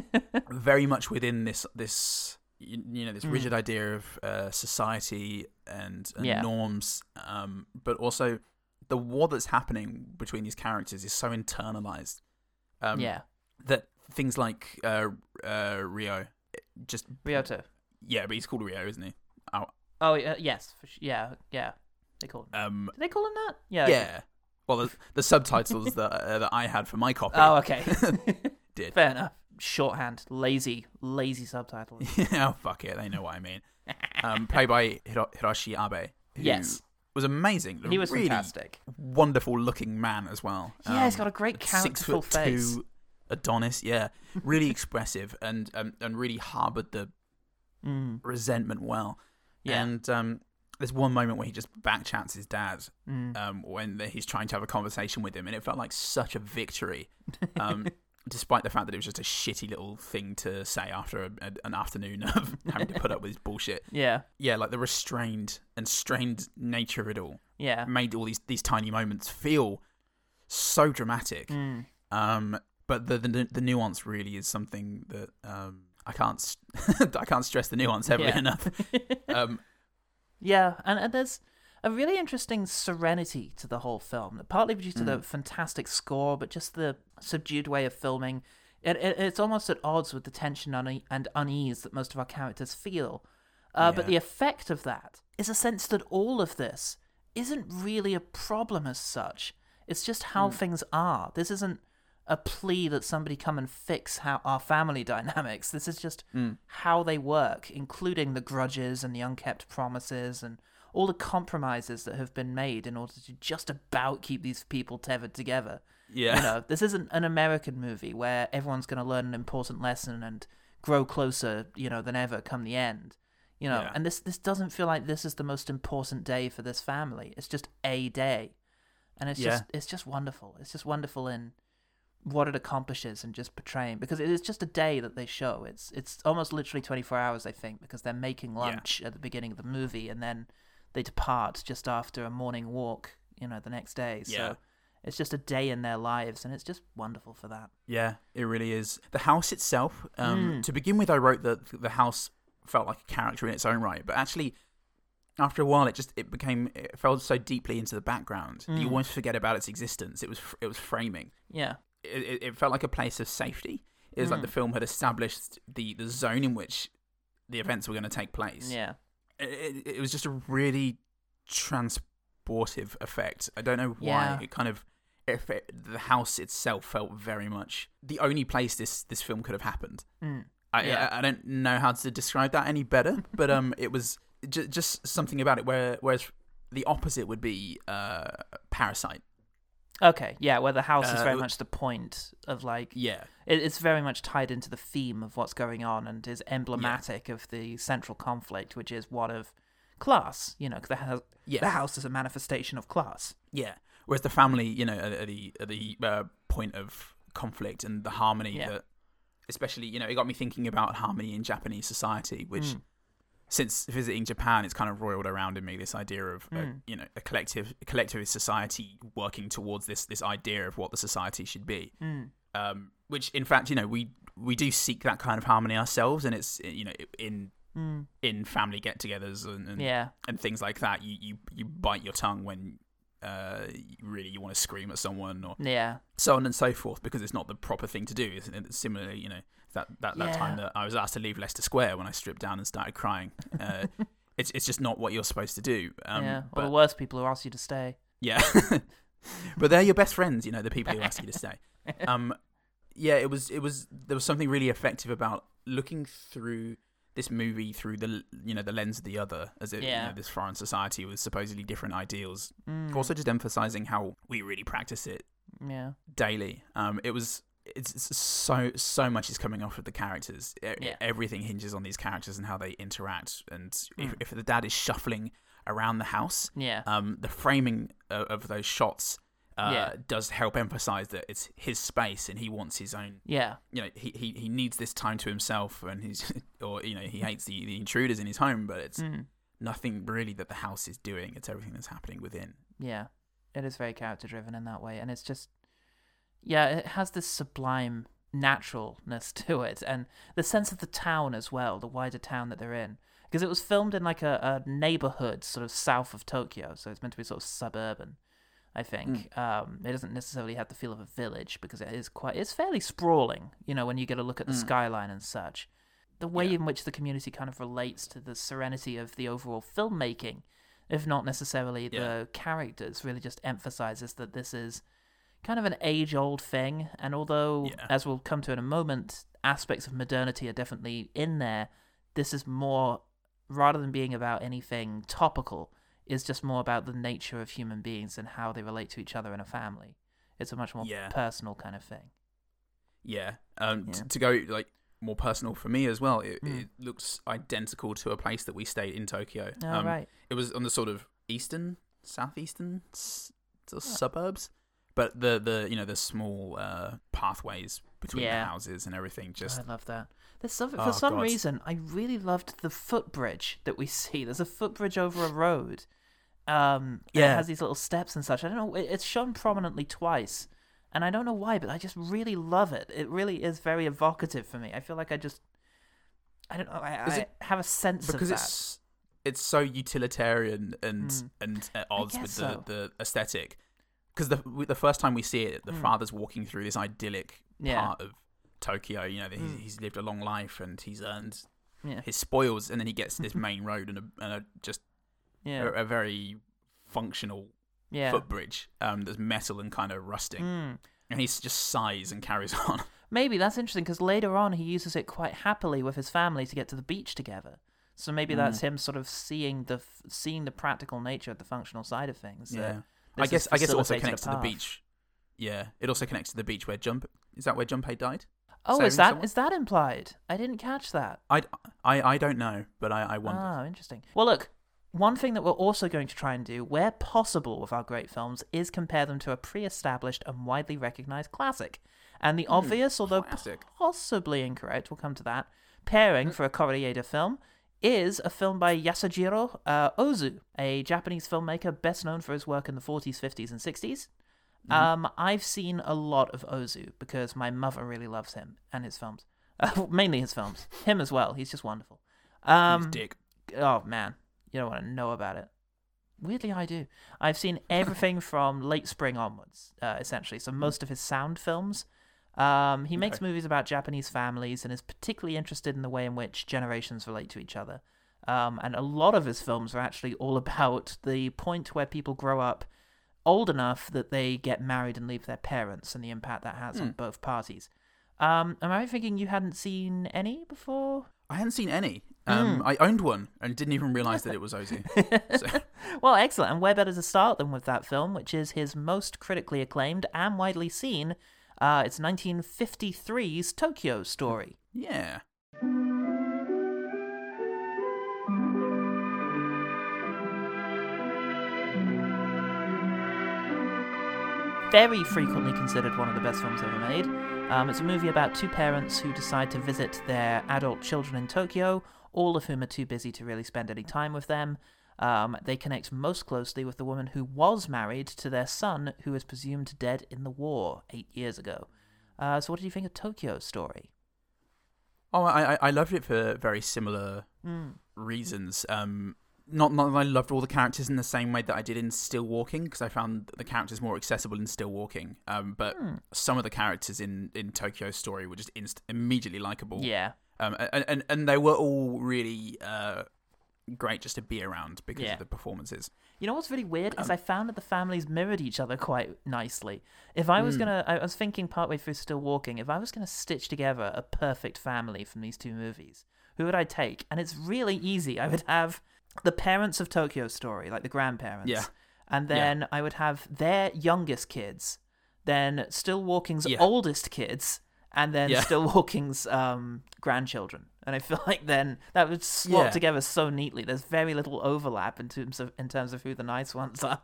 Speaker 2: very much within this this you, you know this
Speaker 1: Hmm.
Speaker 2: rigid idea of uh, society and, and
Speaker 1: Yeah.
Speaker 2: norms, um, but also the war that's happening between these characters is so internalized. Um,
Speaker 1: yeah.
Speaker 2: that things like uh, uh, Rio, just
Speaker 1: Ryoto.
Speaker 2: yeah, but he's called Rio, isn't he? Oh,
Speaker 1: Oh, uh, yes. For sh- yeah, yeah. They call him.
Speaker 2: um,
Speaker 1: Did they call him that? Oh, Yeah. they
Speaker 2: yeah. Well, the, the subtitles that uh, that I had for my copy.
Speaker 1: Oh, okay.
Speaker 2: did.
Speaker 1: Fair enough. Shorthand, lazy, lazy subtitles.
Speaker 2: oh fuck it, they know what I mean. Um, played by Hiro- Hiroshi Abe. who
Speaker 1: Yes.
Speaker 2: was amazing.
Speaker 1: He was
Speaker 2: really
Speaker 1: fantastic.
Speaker 2: Wonderful looking man as well. Um,
Speaker 1: Yeah, he's got a great
Speaker 2: six
Speaker 1: characterful
Speaker 2: foot
Speaker 1: face.
Speaker 2: two Adonis. Yeah, really expressive and um, and really harbored the
Speaker 1: Mm.
Speaker 2: resentment well.
Speaker 1: Yeah.
Speaker 2: And um, there's one moment where he just backchats his dad
Speaker 1: Mm.
Speaker 2: um, when he's trying to have a conversation with him, and it felt like such a victory, um, despite the fact that it was just a shitty little thing to say after a, a- an afternoon of having to put up with his bullshit.
Speaker 1: Yeah,
Speaker 2: Yeah, like the restrained and strained nature of it all
Speaker 1: yeah.
Speaker 2: made all these these tiny moments feel so dramatic. Um, but the, the the nuance really is something that um, I can't s- I can't stress the nuance heavily
Speaker 1: Yeah.
Speaker 2: enough. Um,
Speaker 1: Yeah, and, and there's a really interesting serenity to the whole film, partly due to the fantastic score, but just the subdued way of filming. It, it, it's almost at odds with the tension une- and unease that most of our characters feel. Uh, But
Speaker 2: Yeah.
Speaker 1: the effect of that is a sense that all of this isn't really a problem as such. It's just how things are. This isn't a plea that somebody come and fix how our family dynamics. This is just how they work, including the grudges and the unkept promises and all the compromises that have been made in order to just about keep these people tethered together.
Speaker 2: yeah.
Speaker 1: You know, this isn't an American movie where everyone's going to learn an important lesson and grow closer, you know, than ever come the end. You know,
Speaker 2: Yeah.
Speaker 1: and this this doesn't feel like this is the most important day for this family. It's just a day, and it's
Speaker 2: Yeah.
Speaker 1: just it's just wonderful. It's just wonderful in what it accomplishes and just portraying because it is just a day that they show. It's it's almost literally twenty four hours, I think, because they're making lunch at the beginning of the movie and then they depart just after a morning walk. You know, the next day. So
Speaker 2: Yeah.
Speaker 1: it's just a day in their lives, and it's just wonderful for that.
Speaker 2: Yeah, it really is. The house itself, um, to begin with, I wrote that the house felt like a character in its own right, but actually, after a while, it just it became it fell so deeply into the background. You almost forget about its existence. It was it was framing.
Speaker 1: Yeah,
Speaker 2: It, it, it felt like a place of safety. It was like
Speaker 1: Mm.
Speaker 2: the film had established the the zone in which the events were going to take place.
Speaker 1: yeah,
Speaker 2: It, it, it was just a really transportive effect. I don't know why
Speaker 1: Yeah.
Speaker 2: it kind of if it, the house itself felt very much the only place this this film could have happened.
Speaker 1: Mm.
Speaker 2: I,
Speaker 1: Yeah.
Speaker 2: I I don't know how to describe that any better, but um, it was j- just something about it. Where whereas the opposite would be uh, Parasite.
Speaker 1: Okay, yeah, where the house is
Speaker 2: Uh,
Speaker 1: very
Speaker 2: w-
Speaker 1: much the point of like
Speaker 2: Yeah.
Speaker 1: it, it's very much tied into the theme of what's going on and is emblematic of the central conflict, which is one of class. You know, 'cause the house
Speaker 2: Yeah.
Speaker 1: the house is a manifestation of class.
Speaker 2: Yeah. Whereas the family, you know, at, at the at the uh, point of conflict and the harmony
Speaker 1: Yeah.
Speaker 2: that, especially, you know, it got me thinking about harmony in Japanese society, which,
Speaker 1: Hmm.
Speaker 2: since visiting Japan, it's kind of roiled around in me this idea of, uh
Speaker 1: Hmm.
Speaker 2: you know, a collective a collectivist society working towards this this idea of what the society should be.
Speaker 1: Hmm.
Speaker 2: Um, which, in fact, you know, we we do seek that kind of harmony ourselves, and it's you know in in family get-togethers and, and
Speaker 1: Hmm. Yeah.
Speaker 2: and things like that. You you, you bite your tongue when uh, you- really you want to scream at someone or
Speaker 1: Yeah.
Speaker 2: so on and so forth because it's not the proper thing to do. Isn't it? Similarly, you know that that, that time
Speaker 1: Yeah.
Speaker 2: that I was asked to leave Leicester Square when I stripped down and started crying. Uh, it's it's just not what you're supposed to do. Um,
Speaker 1: yeah. Or the
Speaker 2: but-
Speaker 1: worst people who ask you to stay.
Speaker 2: yeah. but they're your best friends, you know, the people who ask you to stay. Um yeah, it was it was there was something really effective about looking through this movie through the you know the lens of the other as it you
Speaker 1: Yeah.
Speaker 2: know, this foreign society with supposedly different ideals. Also just emphasizing how we really practice it
Speaker 1: Yeah.
Speaker 2: daily. Um it was it's, it's so so much is coming off of the characters. E-
Speaker 1: Yeah.
Speaker 2: Everything hinges on these characters and how they interact and if, if the dad is shuffling around the house
Speaker 1: Hmm. Yeah.
Speaker 2: um, the framing of, of those shots uh,
Speaker 1: Yeah.
Speaker 2: does help emphasize that it's his space and he wants his own.
Speaker 1: yeah.
Speaker 2: You know, he, he, he needs this time to himself, and he's or you know he hates the, the intruders in his home, but it's
Speaker 1: Hmm.
Speaker 2: nothing really that the house is doing. It's everything that's happening within.
Speaker 1: Yeah. It is very character driven in that way. And it's just, yeah, it has this sublime naturalness to it. And the sense of the town as well, the wider town that they're in. Because it was filmed in like a, a neighborhood sort of south of Tokyo. So it's meant to be sort of suburban, I think. Um, it doesn't necessarily have the feel of a village because it is quite, it's fairly sprawling, you know, when you get a look at the skyline and such. The way in which the community kind of relates to the serenity of the overall filmmaking if not necessarily
Speaker 2: Yeah.
Speaker 1: the characters, really just emphasizes that this is kind of an age old thing. And although,
Speaker 2: Yeah.
Speaker 1: as we'll come to in a moment, aspects of modernity are definitely in there, this is more, rather than being about anything topical, is just more about the nature of human beings and how they relate to each other in a family. It's a much more
Speaker 2: Yeah.
Speaker 1: personal kind of thing.
Speaker 2: Yeah. Um, t-
Speaker 1: Yeah.
Speaker 2: to go like more personal for me as well, it,
Speaker 1: Mm.
Speaker 2: it looks identical to a place that we stayed in Tokyo.
Speaker 1: Oh,
Speaker 2: um,
Speaker 1: right.
Speaker 2: It was on the sort of eastern, southeastern s- sort of suburbs, but the the you know the small uh, pathways between
Speaker 1: Yeah.
Speaker 2: the houses and everything just.
Speaker 1: I love that. There's something
Speaker 2: Oh,
Speaker 1: for some
Speaker 2: God.
Speaker 1: reason I really loved the footbridge that we see. There's a footbridge over a road. Um, and
Speaker 2: Yeah.
Speaker 1: it has these little steps and such. I don't know. it- It's shown prominently twice, and I don't know why, but I just really love it. It really is very evocative for me. I feel like I just, I don't know. I,
Speaker 2: Is
Speaker 1: I
Speaker 2: it-
Speaker 1: have a sense
Speaker 2: because
Speaker 1: of that.
Speaker 2: it's it's so utilitarian and and at odds with
Speaker 1: Hmm. guess so.
Speaker 2: the, the aesthetic. Because the w- the first time we see it, the father's walking through this idyllic
Speaker 1: Hmm. Yeah. Hmm.
Speaker 2: part of Tokyo. You know, that he's, he's lived a long life and he's earned
Speaker 1: Yeah.
Speaker 2: his spoils, and then he gets to this main road and a, and a just
Speaker 1: yeah,
Speaker 2: a, a very functional
Speaker 1: yeah.
Speaker 2: footbridge um, that's metal and kind of rusting.
Speaker 1: Mm.
Speaker 2: And he s- just sighs and carries on.
Speaker 1: Maybe that's interesting because later on he uses it quite happily with his family to get to the beach together. So maybe
Speaker 2: Mm.
Speaker 1: that's him sort of seeing the f- seeing the practical nature of the functional side of things. that
Speaker 2: I
Speaker 1: this
Speaker 2: guess
Speaker 1: has
Speaker 2: I guess it also
Speaker 1: facilitated a
Speaker 2: connects to the
Speaker 1: path.
Speaker 2: beach. Yeah, it also connects to the beach where Jump is that where Junpei died.
Speaker 1: Oh,
Speaker 2: Saving
Speaker 1: is that is
Speaker 2: someone?
Speaker 1: that implied? I didn't catch that.
Speaker 2: I, I, I don't know, but I, I wonder.
Speaker 1: Ah, interesting. Well, look, one thing that we're also going to try and do, where possible, with our great films, is compare them to a pre-established and widely recognized classic. And the obvious, although
Speaker 2: Hmm, classic.
Speaker 1: possibly incorrect, we'll come to that pairing for a Koreeda film. Is a film by Yasujiro uh, Ozu, a Japanese filmmaker best known for his work in the 40s, 50s, and 60s.
Speaker 2: Mm-hmm.
Speaker 1: Um, I've seen a lot of Ozu because my mother really loves him and his films, uh, mainly his films. Him as well. He's just wonderful.
Speaker 2: His
Speaker 1: Um,
Speaker 2: dick.
Speaker 1: oh man, you don't want to know about it. Weirdly, I do. I've seen everything from late spring onwards, uh, essentially. So most of his sound films. Um, he makes
Speaker 2: Okay.
Speaker 1: movies about Japanese families and is particularly interested in the way in which generations relate to each other. Um, and a lot of his films are actually all about the point where people grow up old enough that they get married and leave their parents and the impact that has on both parties. Um, am I right thinking you hadn't seen any before?
Speaker 2: I hadn't seen any.
Speaker 1: hmm.
Speaker 2: Um, I owned one and didn't even realize that it was Ozu. so,
Speaker 1: Well, excellent. And where better to start than with that film, which is his most critically acclaimed and widely seen. Uh, it's 1953's Tokyo Story.
Speaker 2: yeah.
Speaker 1: Very frequently considered one of the best films ever made. Um, it's a movie about two parents who decide to visit their adult children in Tokyo, all of whom are too busy to really spend any time with them. Um, they connect most closely with the woman who was married to their son, who is presumed dead in the war eight years ago. Uh, so, what did you think of Tokyo Story?
Speaker 2: Oh, I I- I loved it for very similar
Speaker 1: Hmm.
Speaker 2: reasons. Um, not not that I loved all the characters in the same way that I did in Still Walking, because I found the characters more accessible in Still Walking. Um, but
Speaker 1: Hmm.
Speaker 2: some of the characters in in Tokyo Story were just inst- immediately likable.
Speaker 1: Yeah,
Speaker 2: Um, and, and and they were all really uh great just to be around because
Speaker 1: Yeah.
Speaker 2: of the performances.
Speaker 1: You know what's really weird
Speaker 2: Um,
Speaker 1: is I found that the families mirrored each other quite nicely. If I was
Speaker 2: Hmm.
Speaker 1: gonna, I was thinking partway through Still Walking, if I was gonna stitch together a perfect family from these two movies, who would I take? And it's really easy. I would have the parents of Tokyo Story, like the grandparents.
Speaker 2: Yeah.
Speaker 1: And then I would have their youngest kids, then Still Walking's
Speaker 2: Yeah.
Speaker 1: oldest kids, and then
Speaker 2: Yeah.
Speaker 1: Still Walking's um, grandchildren. And I feel like then that would slot
Speaker 2: Yeah.
Speaker 1: together together so neatly. There's very little overlap in terms of in terms of who the nice ones are.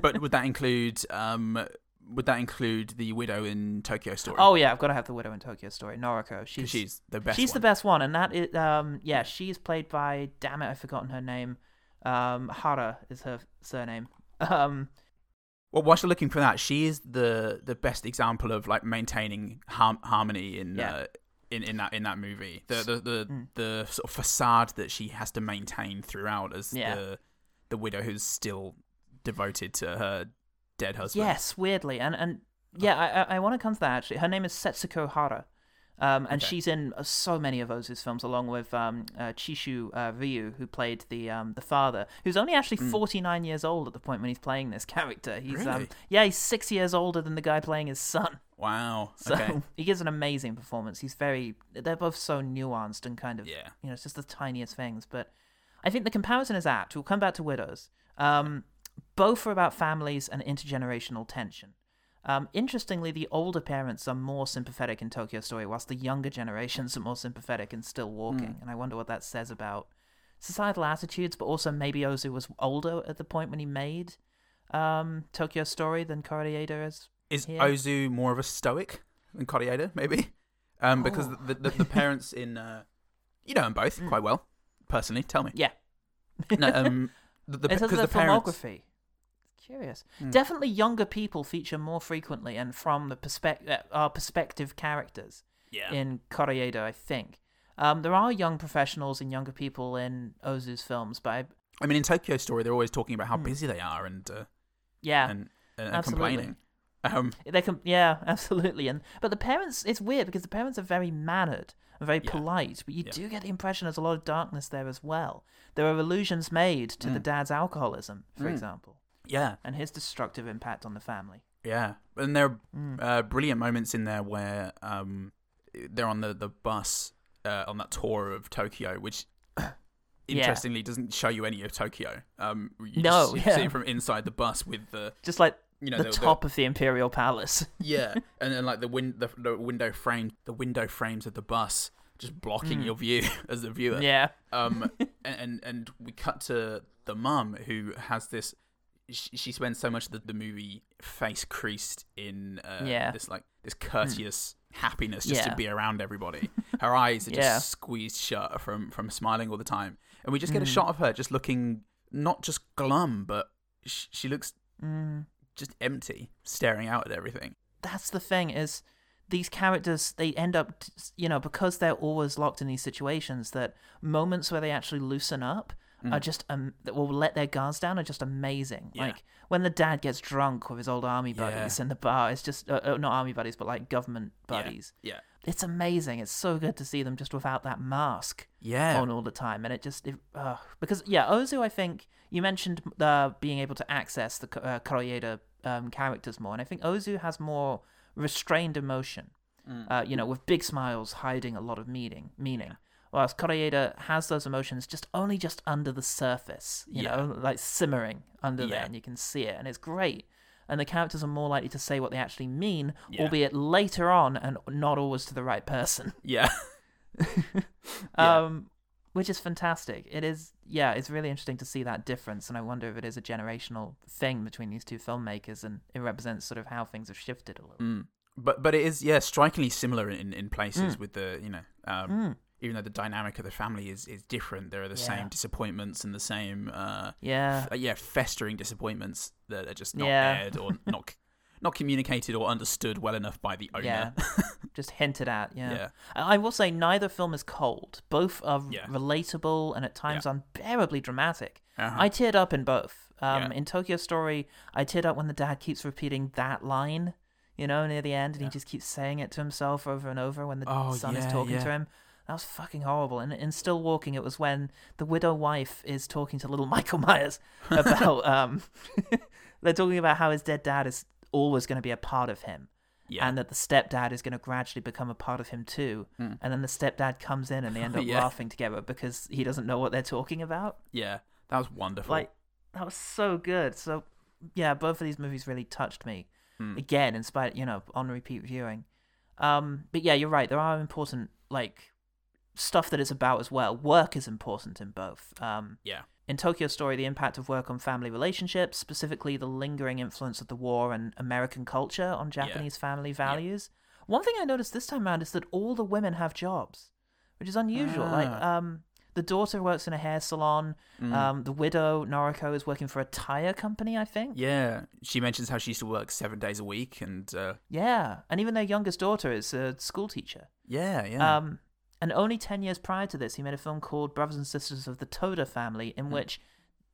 Speaker 2: but would that include um would that include the widow in Tokyo Story?
Speaker 1: Oh yeah, I've got to have the widow in Tokyo Story, Noriko. She's
Speaker 2: 'Cause she's the best.
Speaker 1: she's the
Speaker 2: one.
Speaker 1: best one, and that is um yeah, she's played by damn it, I've forgotten her name. Um, Hara is her surname. Um,
Speaker 2: Well, whilst you're looking for that, she is the the best example of like maintaining harm- harmony in
Speaker 1: Yeah. hmm.
Speaker 2: uh, in in that in that movie. The the the, the sort of facade that she has to maintain throughout as
Speaker 1: Yeah.
Speaker 2: the the widow who's still devoted to her dead husband.
Speaker 1: yes, weirdly, and and yeah, I I, I want to come to that actually. Her name is Setsuko Hara. Um, and
Speaker 2: Okay.
Speaker 1: she's in uh, so many of Ozu's films, along with um, uh, Chishu uh, Ryu, who played the um, the father, who's only actually 49 years old at the point when he's playing this character. He's um,
Speaker 2: Mm. Really?
Speaker 1: yeah, he's six years older than the guy playing his son.
Speaker 2: Wow.
Speaker 1: So
Speaker 2: okay.
Speaker 1: he gives an amazing performance. He's very they're both so nuanced and kind of
Speaker 2: Yeah.
Speaker 1: you know, it's just the tiniest things. But I think the comparison is apt. We'll come back to widows. Um, both are about families and intergenerational tension. Um, interestingly, the older parents are more sympathetic in Tokyo Story, whilst the younger generations are more sympathetic and still
Speaker 2: Hmm.
Speaker 1: walking. And I wonder what that says about societal attitudes, but also maybe Ozu was older at the point when he made um, Tokyo Story than Koreeda is.
Speaker 2: Is
Speaker 1: here.
Speaker 2: Ozu more of a stoic than Koreeda, maybe? Um, because
Speaker 1: Oh. Mm.
Speaker 2: the, the, the parents in uh, you know them both quite well. Personally, tell me.
Speaker 1: Yeah,
Speaker 2: No, um, the, the,
Speaker 1: in terms
Speaker 2: because
Speaker 1: of
Speaker 2: the
Speaker 1: the
Speaker 2: parents. Hmm.
Speaker 1: filmography. Curious. Definitely, younger people feature more frequently and from the perspective uh, our perspective characters
Speaker 2: Yeah.
Speaker 1: in Koreeda, I think. Um, there are young professionals and younger people in Ozu's films, but I,
Speaker 2: I mean, in Tokyo Story, they're always talking about how busy they are and uh,
Speaker 1: Mm. yeah,
Speaker 2: and, uh, and, and
Speaker 1: absolutely.
Speaker 2: complaining. Um,
Speaker 1: they can, yeah, absolutely. And but the parents, it's weird because the parents are very mannered and very
Speaker 2: Yeah.
Speaker 1: polite, but you
Speaker 2: Yeah.
Speaker 1: do get the impression there's a lot of darkness there as well. There are allusions made to
Speaker 2: Hmm.
Speaker 1: the dad's alcoholism, for example,
Speaker 2: yeah,
Speaker 1: and his destructive impact on the family.
Speaker 2: yeah. And there are
Speaker 1: Hmm.
Speaker 2: uh, brilliant moments in there where um, they're on the the bus uh, on that tour of Tokyo, which interestingly doesn't show you any of Tokyo. Um, you
Speaker 1: No,
Speaker 2: just, you
Speaker 1: yeah.
Speaker 2: see it from inside the bus with the
Speaker 1: Just like
Speaker 2: You know,
Speaker 1: the
Speaker 2: the- the-
Speaker 1: top of the imperial palace.
Speaker 2: yeah, and then like the win the, the window frame the window frames of the bus just blocking
Speaker 1: Hmm.
Speaker 2: your view as the viewer.
Speaker 1: yeah.
Speaker 2: um and- and and we cut to the mum who has this sh- she spends so much of the, the movie face creased in uh,
Speaker 1: Yeah. Hmm.
Speaker 2: this like this courteous happiness just
Speaker 1: Yeah.
Speaker 2: to be around everybody her eyes are just
Speaker 1: Yeah.
Speaker 2: squeezed shut from from smiling all the time and we just
Speaker 1: Hmm.
Speaker 2: get a shot of her just looking not just glum but sh- she looks
Speaker 1: Hmm.
Speaker 2: just empty staring out at everything
Speaker 1: That's the thing is these characters they end up t- you know because they're always locked in these situations that moments where they actually loosen up are just um that will let their guards down are just amazing.
Speaker 2: Mm. Yeah.
Speaker 1: Like when the dad gets drunk with his old army buddies in the bar, it's just uh, uh, not army buddies but like government
Speaker 2: Yeah.
Speaker 1: buddies.
Speaker 2: yeah
Speaker 1: It's amazing. It's so good to see them just without that mask.
Speaker 2: yeah
Speaker 1: on all the time, and it just it, uh, because yeah, Ozu. I think you mentioned uh, being able to access the K- uh, Koreeda um, characters more, and I think Ozu has more
Speaker 2: Mm.
Speaker 1: restrained emotion. Uh, you know, with big smiles hiding a lot of meaning. Meaning, Whereas Koreeda has those emotions just only just under the surface, you
Speaker 2: Yeah.
Speaker 1: know, like simmering under there,
Speaker 2: Yeah.
Speaker 1: and you can see it, and it's great. And the characters are more likely to say what they actually mean,
Speaker 2: Yeah.
Speaker 1: albeit later on, and not always to the right person.
Speaker 2: Yeah.
Speaker 1: um, which is fantastic. It is, yeah, it's really interesting to see that difference, and I wonder if it is a generational thing between these two filmmakers, and it represents sort of how things have shifted a little.
Speaker 2: But but it is yeah strikingly similar in, in
Speaker 1: Mm.
Speaker 2: places with the you know um, even though the dynamic of the family is, is different there are the
Speaker 1: Yeah.
Speaker 2: same disappointments and the same uh,
Speaker 1: Yeah,
Speaker 2: f- uh, yeah festering disappointments that are just not
Speaker 1: Yeah.
Speaker 2: aired or not c- not communicated or understood well enough by the owner.
Speaker 1: yeah, just hinted at. Yeah,
Speaker 2: Yeah.
Speaker 1: And I will say neither film is cold. Both are
Speaker 2: Yeah.
Speaker 1: relatable and at times
Speaker 2: Yeah.
Speaker 1: unbearably dramatic.
Speaker 2: Uh-huh.
Speaker 1: I teared up in both. Um,
Speaker 2: Yeah.
Speaker 1: In Tokyo Story, I teared up when the dad keeps repeating that line, you know, near the end, and he just keeps saying it to himself over and over when the
Speaker 2: Oh,
Speaker 1: son is
Speaker 2: yeah,
Speaker 1: talking to
Speaker 2: yeah.
Speaker 1: him. That was fucking horrible. And in Still Walking, it was when the widow wife is talking to little Michael Myers about um, they're talking about how his dead dad is always going to be a part of him
Speaker 2: Yeah.
Speaker 1: and that the stepdad is going to gradually become a part of him too. And then the stepdad comes in and they end up
Speaker 2: Hmm. Yeah.
Speaker 1: laughing together because he doesn't know what they're talking about.
Speaker 2: yeah that was wonderful
Speaker 1: Like, that was so good. So, yeah, both of these movies really touched me.
Speaker 2: Hmm.
Speaker 1: Again, in spite, you know, on repeat viewing. Um, but yeah, you're right. There are important, like, stuff that it's about as well. Work is important in both. Um,
Speaker 2: yeah
Speaker 1: in Tokyo Story, the impact of work on family relationships, specifically the lingering influence of the war and American culture on Japanese family values. One thing I noticed this time around is that all the women have jobs, which is unusual. Like,
Speaker 2: Ah.
Speaker 1: um, the daughter works in a hair salon.
Speaker 2: Mm.
Speaker 1: Um, the widow, Noriko, is working for a tire company, I think.
Speaker 2: yeah she mentions how she used to work seven days a week and uh,
Speaker 1: Yeah. And even their youngest daughter is a school teacher.
Speaker 2: yeah yeah
Speaker 1: Um, and only 10 years prior to this, he made a film called Brothers and Sisters of the Toda Family,
Speaker 2: Hmm.
Speaker 1: in which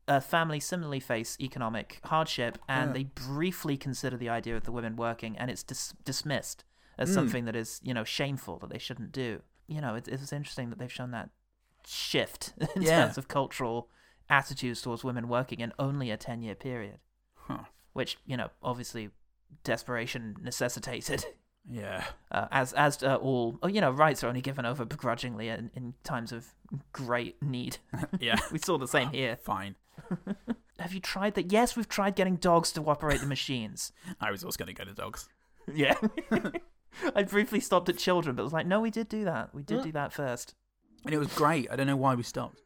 Speaker 1: a family similarly face economic hardship and
Speaker 2: Yeah.
Speaker 1: they briefly consider the idea of the women working, and it's dis- dismissed as
Speaker 2: Mm.
Speaker 1: something that is, you know, shameful that they shouldn't do. You know, it, it's interesting that they've shown that shift in
Speaker 2: Yeah.
Speaker 1: terms of cultural attitudes towards women working in only a 10 year period,
Speaker 2: Huh.
Speaker 1: which, you know, obviously desperation necessitated
Speaker 2: yeah
Speaker 1: uh, as as uh, all oh, you know rights are only given over begrudgingly in, in times of great need.
Speaker 2: yeah
Speaker 1: we saw the same here.
Speaker 2: fine
Speaker 1: Have you tried that? Yes, we've tried getting dogs to operate the machines.
Speaker 2: I was also going to go to dogs
Speaker 1: yeah, I briefly stopped at children, but was like, no, we did do that. We did do that first.
Speaker 2: and it was great I don't know why we stopped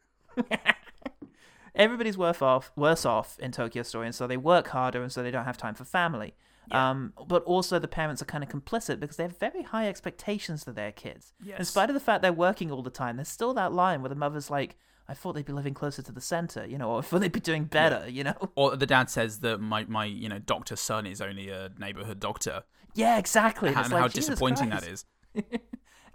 Speaker 1: Everybody's worse off, worse off in Tokyo Story, and so they work harder, and so they don't have time for family. Um, but also the parents are kind of complicit because they have very high expectations to their kids. In
Speaker 2: Yes.
Speaker 1: spite of the fact they're working all the time, there's still that line where the mother's like, "I thought they'd be living closer to the center, you know, or I thought they'd be doing better, you know."
Speaker 2: or the dad says that my, my you know doctor son is only a neighborhood doctor
Speaker 1: yeah, exactly.
Speaker 2: and
Speaker 1: it's like,
Speaker 2: how
Speaker 1: Jesus
Speaker 2: disappointing
Speaker 1: Christ.
Speaker 2: that is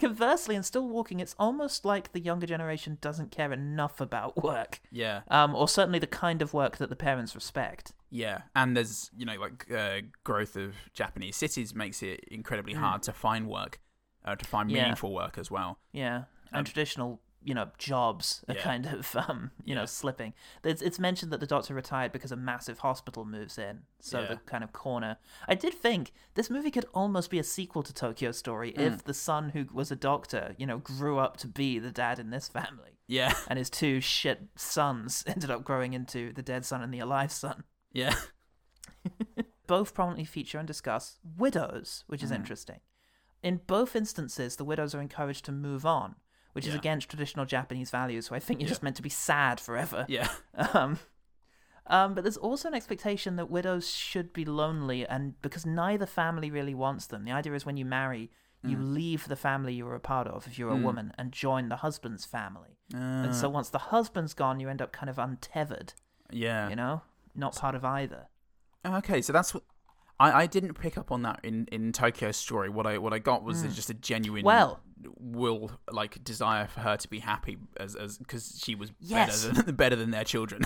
Speaker 1: Conversely, and still walking, it's almost like the younger generation doesn't care enough about work,
Speaker 2: yeah
Speaker 1: um, or certainly the kind of work that the parents respect.
Speaker 2: yeah and there's you know like uh, growth of japanese cities makes it incredibly hard to find work uh, to find
Speaker 1: Mm. Yeah.
Speaker 2: meaningful work as well
Speaker 1: Yeah, and
Speaker 2: Um,
Speaker 1: traditional, you know, jobs are
Speaker 2: Yeah.
Speaker 1: kind of, um, you know,
Speaker 2: Yeah.
Speaker 1: slipping. It's, it's mentioned that the doctor retired because a massive hospital moves in, so the
Speaker 2: Yeah.
Speaker 1: kind of corner. I did think this movie could almost be a sequel to Tokyo Story
Speaker 2: Hmm.
Speaker 1: if the son who was a doctor, you know, grew up to be the dad in this family,
Speaker 2: yeah
Speaker 1: and his two shit sons ended up growing into the dead son and the alive son.
Speaker 2: yeah
Speaker 1: Both prominently feature and discuss widows, which
Speaker 2: Mm.
Speaker 1: is interesting. In both instances, the widows are encouraged to move on, which is
Speaker 2: Yeah.
Speaker 1: against traditional Japanese values. So I think you're just meant to be sad forever.
Speaker 2: yeah
Speaker 1: Um, um, but there's also an expectation that widows should be lonely, and because neither family really wants them. The idea is when you marry, you
Speaker 2: Mm.
Speaker 1: leave the family you were a part of, if you're a woman, and join the husband's family. and
Speaker 2: Ah.
Speaker 1: so once the husband's gone, you end up kind of untethered.
Speaker 2: yeah Oh,
Speaker 1: You know, not part of either.
Speaker 2: Okay, so that's what I, I didn't pick up on that in, in Tokyo Story. What I what I got was just a genuine
Speaker 1: Mm. Well-
Speaker 2: will like desire for her to be happy as as because she was
Speaker 1: Yes.
Speaker 2: better than better than their children.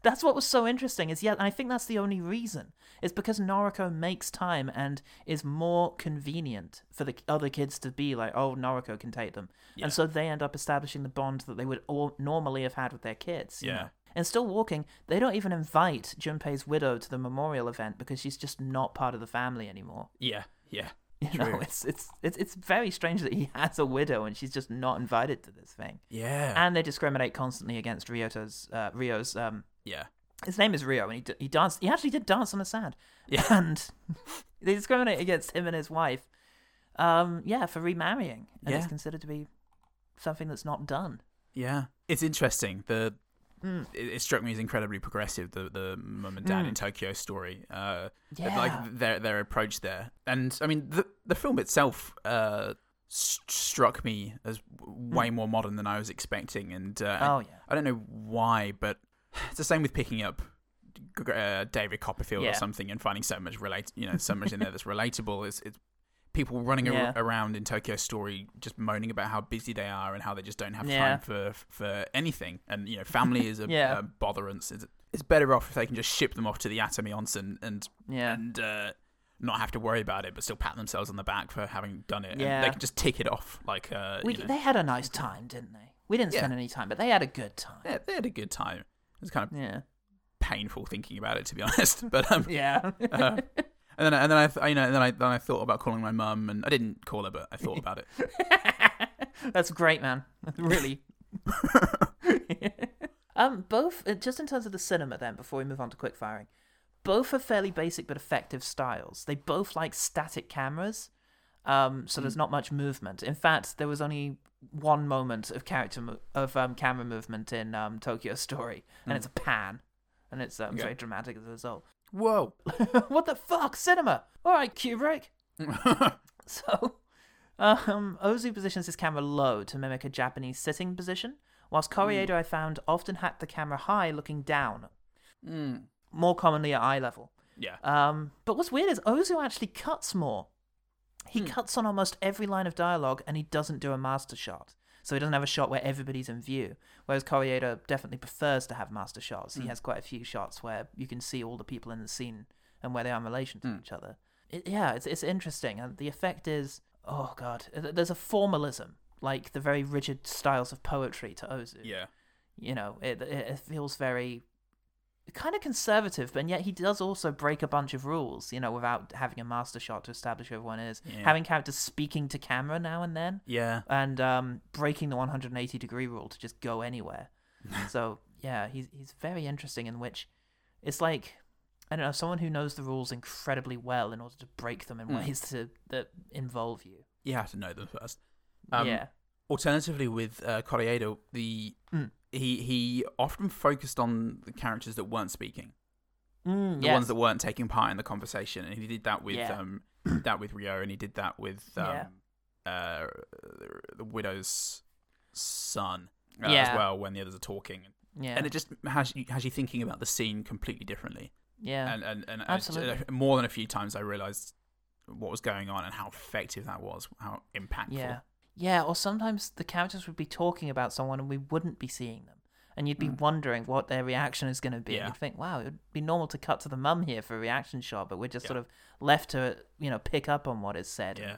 Speaker 1: That's what was so interesting is yeah, and I think that's the only reason. It's because Noriko makes time and is more convenient for the other kids to be like, oh, Noriko can take them,
Speaker 2: Yeah.
Speaker 1: and so they end up establishing the bond that they would all normally have had with their kids. you
Speaker 2: Yeah.
Speaker 1: know? And still walking, they don't even invite Junpei's widow to the memorial event because she's just not part of the family anymore.
Speaker 2: yeah, yeah,
Speaker 1: You know,
Speaker 2: True.
Speaker 1: it's, it's it's it's very strange that he has a widow and she's just not invited to this thing.
Speaker 2: Yeah.
Speaker 1: And they discriminate constantly against Ryoto's uh, Rio's um
Speaker 2: yeah.
Speaker 1: his name is Rio and he d- he danced he actually did dance on the sand.
Speaker 2: Yeah.
Speaker 1: And they discriminate against him and his wife. Um yeah, for remarrying. And it's
Speaker 2: Yeah.
Speaker 1: considered to be something that's not done.
Speaker 2: Yeah. It's interesting. The it, it struck me as incredibly progressive the the mum and dad in Tokyo story. Uh
Speaker 1: Hmm. Yeah.
Speaker 2: like their their approach there. And I mean the the film itself uh s- struck me as w- way more modern than I was expecting and uh,
Speaker 1: Hmm. Oh, yeah.
Speaker 2: I don't know why but it's the same with picking up g- uh, David Copperfield
Speaker 1: Yeah.
Speaker 2: or something and finding so much relate you know so much in there that's relatable it's it's people running ar-
Speaker 1: Yeah.
Speaker 2: around in Tokyo Story just moaning about how busy they are and how they just don't have
Speaker 1: Yeah.
Speaker 2: time for for anything. And you know, family is a,
Speaker 1: Yeah.
Speaker 2: a botherance. It's, it's better off if they can just ship them off to the Atomy Onsen and
Speaker 1: Yeah.
Speaker 2: and uh, not have to worry about it, but still pat themselves on the back for having done it. And
Speaker 1: Yeah.
Speaker 2: they can just tick it off like uh,
Speaker 1: We,
Speaker 2: you know,
Speaker 1: They had a nice time, didn't they? We didn't
Speaker 2: Yeah.
Speaker 1: spend any time, but they had a good time.
Speaker 2: they, they had a good time. It's kind of
Speaker 1: Yeah.
Speaker 2: painful thinking about it to be honest, but um,
Speaker 1: Yeah.
Speaker 2: uh, and then I, and then I th- you know and then I then I thought about calling my mum and I didn't call her, but I thought about it.
Speaker 1: That's great, man. Really. um, both uh, just in terms of the cinema, then before we move on to quick firing, both are fairly basic but effective styles. They both like static cameras, um, so there's not much movement. In fact, there was only one moment of character mo- of um, camera movement in um, Tokyo Story, and it's a pan, and it's um,
Speaker 2: Okay.
Speaker 1: very dramatic as a result.
Speaker 2: Whoa.
Speaker 1: what the fuck, cinema? All right, Kubrick. So, um, Ozu positions his camera low to mimic a Japanese sitting position, whilst Koreeda I found often had the camera high, looking down,
Speaker 2: Mm.
Speaker 1: more commonly at eye level.
Speaker 2: Yeah.
Speaker 1: Um, but what's weird is Ozu actually cuts more. He
Speaker 2: Hmm.
Speaker 1: cuts on almost every line of dialogue, and he doesn't do a master shot. So he doesn't have a shot where everybody's in view. Whereas Koreeda definitely prefers to have master shots.
Speaker 2: Hmm.
Speaker 1: He has quite a few shots where you can see all the people in the scene and where they are in relation
Speaker 2: Hmm.
Speaker 1: to each other. It, yeah, it's it's interesting, and the effect is oh god, th- there's a formalism like the very rigid styles of poetry to Ozu
Speaker 2: yeah.
Speaker 1: you know it, it it feels very kind of conservative but yet he does also break a bunch of rules you know without having a master shot to establish who everyone is
Speaker 2: Yeah.
Speaker 1: having characters speaking to camera now and then
Speaker 2: Yeah.
Speaker 1: and um breaking the 180 degree rule to just go anywhere so yeah he's he's very interesting in which it's like i don't know someone who knows the rules incredibly well in order to break them in
Speaker 2: Hmm.
Speaker 1: ways to that involve you
Speaker 2: You have to know them first. Um,
Speaker 1: yeah
Speaker 2: Alternatively, with uh, Correado, the
Speaker 1: Hmm.
Speaker 2: he he often focused on the characters that weren't speaking,
Speaker 1: mm,
Speaker 2: the ones that weren't taking part in the conversation, and he did that with
Speaker 1: Yeah.
Speaker 2: um that with Rio, and he did that with
Speaker 1: Yeah.
Speaker 2: um uh the widow's son uh,
Speaker 1: Yeah.
Speaker 2: as well when the others are talking,
Speaker 1: yeah
Speaker 2: and it just has you has you thinking about the scene completely differently,
Speaker 1: yeah
Speaker 2: and and and I-
Speaker 1: Absolutely.
Speaker 2: more than a few times I realized what was going on and how effective that was, how impactful.
Speaker 1: Yeah. Yeah, or sometimes the characters would be talking about someone and we wouldn't be seeing them. And you'd be wondering what their reaction is going to be.
Speaker 2: Hmm. Yeah.
Speaker 1: And you'd think, wow, it would be normal to cut to the mum here for a reaction shot, but we're just sort of left to, you know, pick up on what is said.
Speaker 2: Yeah.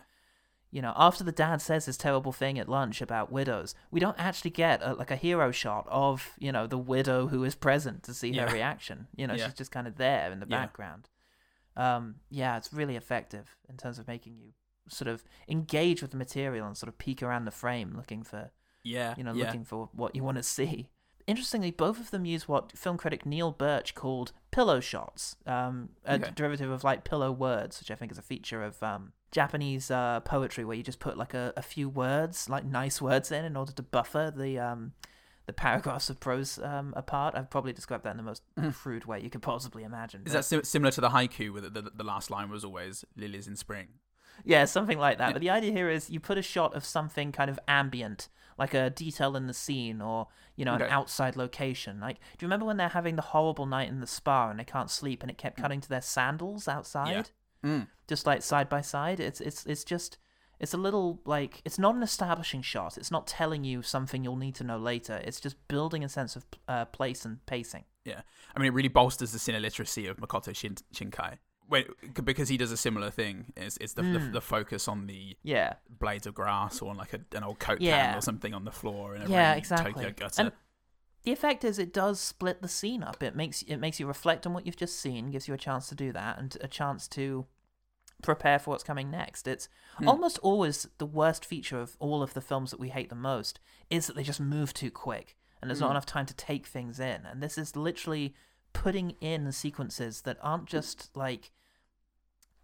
Speaker 1: You know, after the dad says this terrible thing at lunch about widows, we don't actually get a, like a hero shot of, you know, the widow who is present to see
Speaker 2: Yeah.
Speaker 1: her reaction. You know,
Speaker 2: Yeah.
Speaker 1: she's just kind of there in the
Speaker 2: Yeah.
Speaker 1: background. Um, yeah, it's really effective in terms of making you sort of engage with the material and sort of peek around the frame looking for
Speaker 2: Yeah.
Speaker 1: you know
Speaker 2: yeah.
Speaker 1: looking for what you want to see interestingly both of them use what film critic neil birch called pillow shots um, a
Speaker 2: Okay.
Speaker 1: derivative of like pillow words which i think is a feature of um, japanese uh, poetry where you just put like a, a few words like nice words in in order to buffer the um, the paragraphs of prose um, apart i've probably described that in the most crude way you could possibly imagine
Speaker 2: Is
Speaker 1: but-
Speaker 2: that sim- similar to the haiku where the, the, the last line was always "lilies in spring"?
Speaker 1: Yeah, something like that. But the idea here is you put a shot of something kind of ambient, like a detail in the scene or, you know, an
Speaker 2: Okay.
Speaker 1: outside location. Like, do you remember when they're having the horrible night in the spa and they can't sleep and it kept cutting to their sandals outside? Just like side by side. It's it's it's just it's a little like it's not an establishing shot. It's not telling you something you'll need to know later. It's just building a sense of uh, place and pacing.
Speaker 2: Yeah, I mean it really bolsters the cine literacy of Makoto Shin- Shinkai. Wait, c- because he does a similar thing. It's, it's the,
Speaker 1: Mm.
Speaker 2: the the focus on the
Speaker 1: Yeah.
Speaker 2: blades of grass or on like a, an old coat
Speaker 1: Yeah.
Speaker 2: can or something on the floor in a
Speaker 1: Yeah,
Speaker 2: rainy
Speaker 1: exactly.
Speaker 2: Tokyo gutter.
Speaker 1: And the effect is it does split the scene up. It makes it makes you reflect on what you've just seen, gives you a chance to do that, and a chance to prepare for what's coming next. It's
Speaker 2: Hmm.
Speaker 1: almost always the worst feature of all of the films that we hate the most is that they just move too quick and
Speaker 2: Hmm.
Speaker 1: there's not enough time to take things in. And this is literally putting in sequences that aren't just like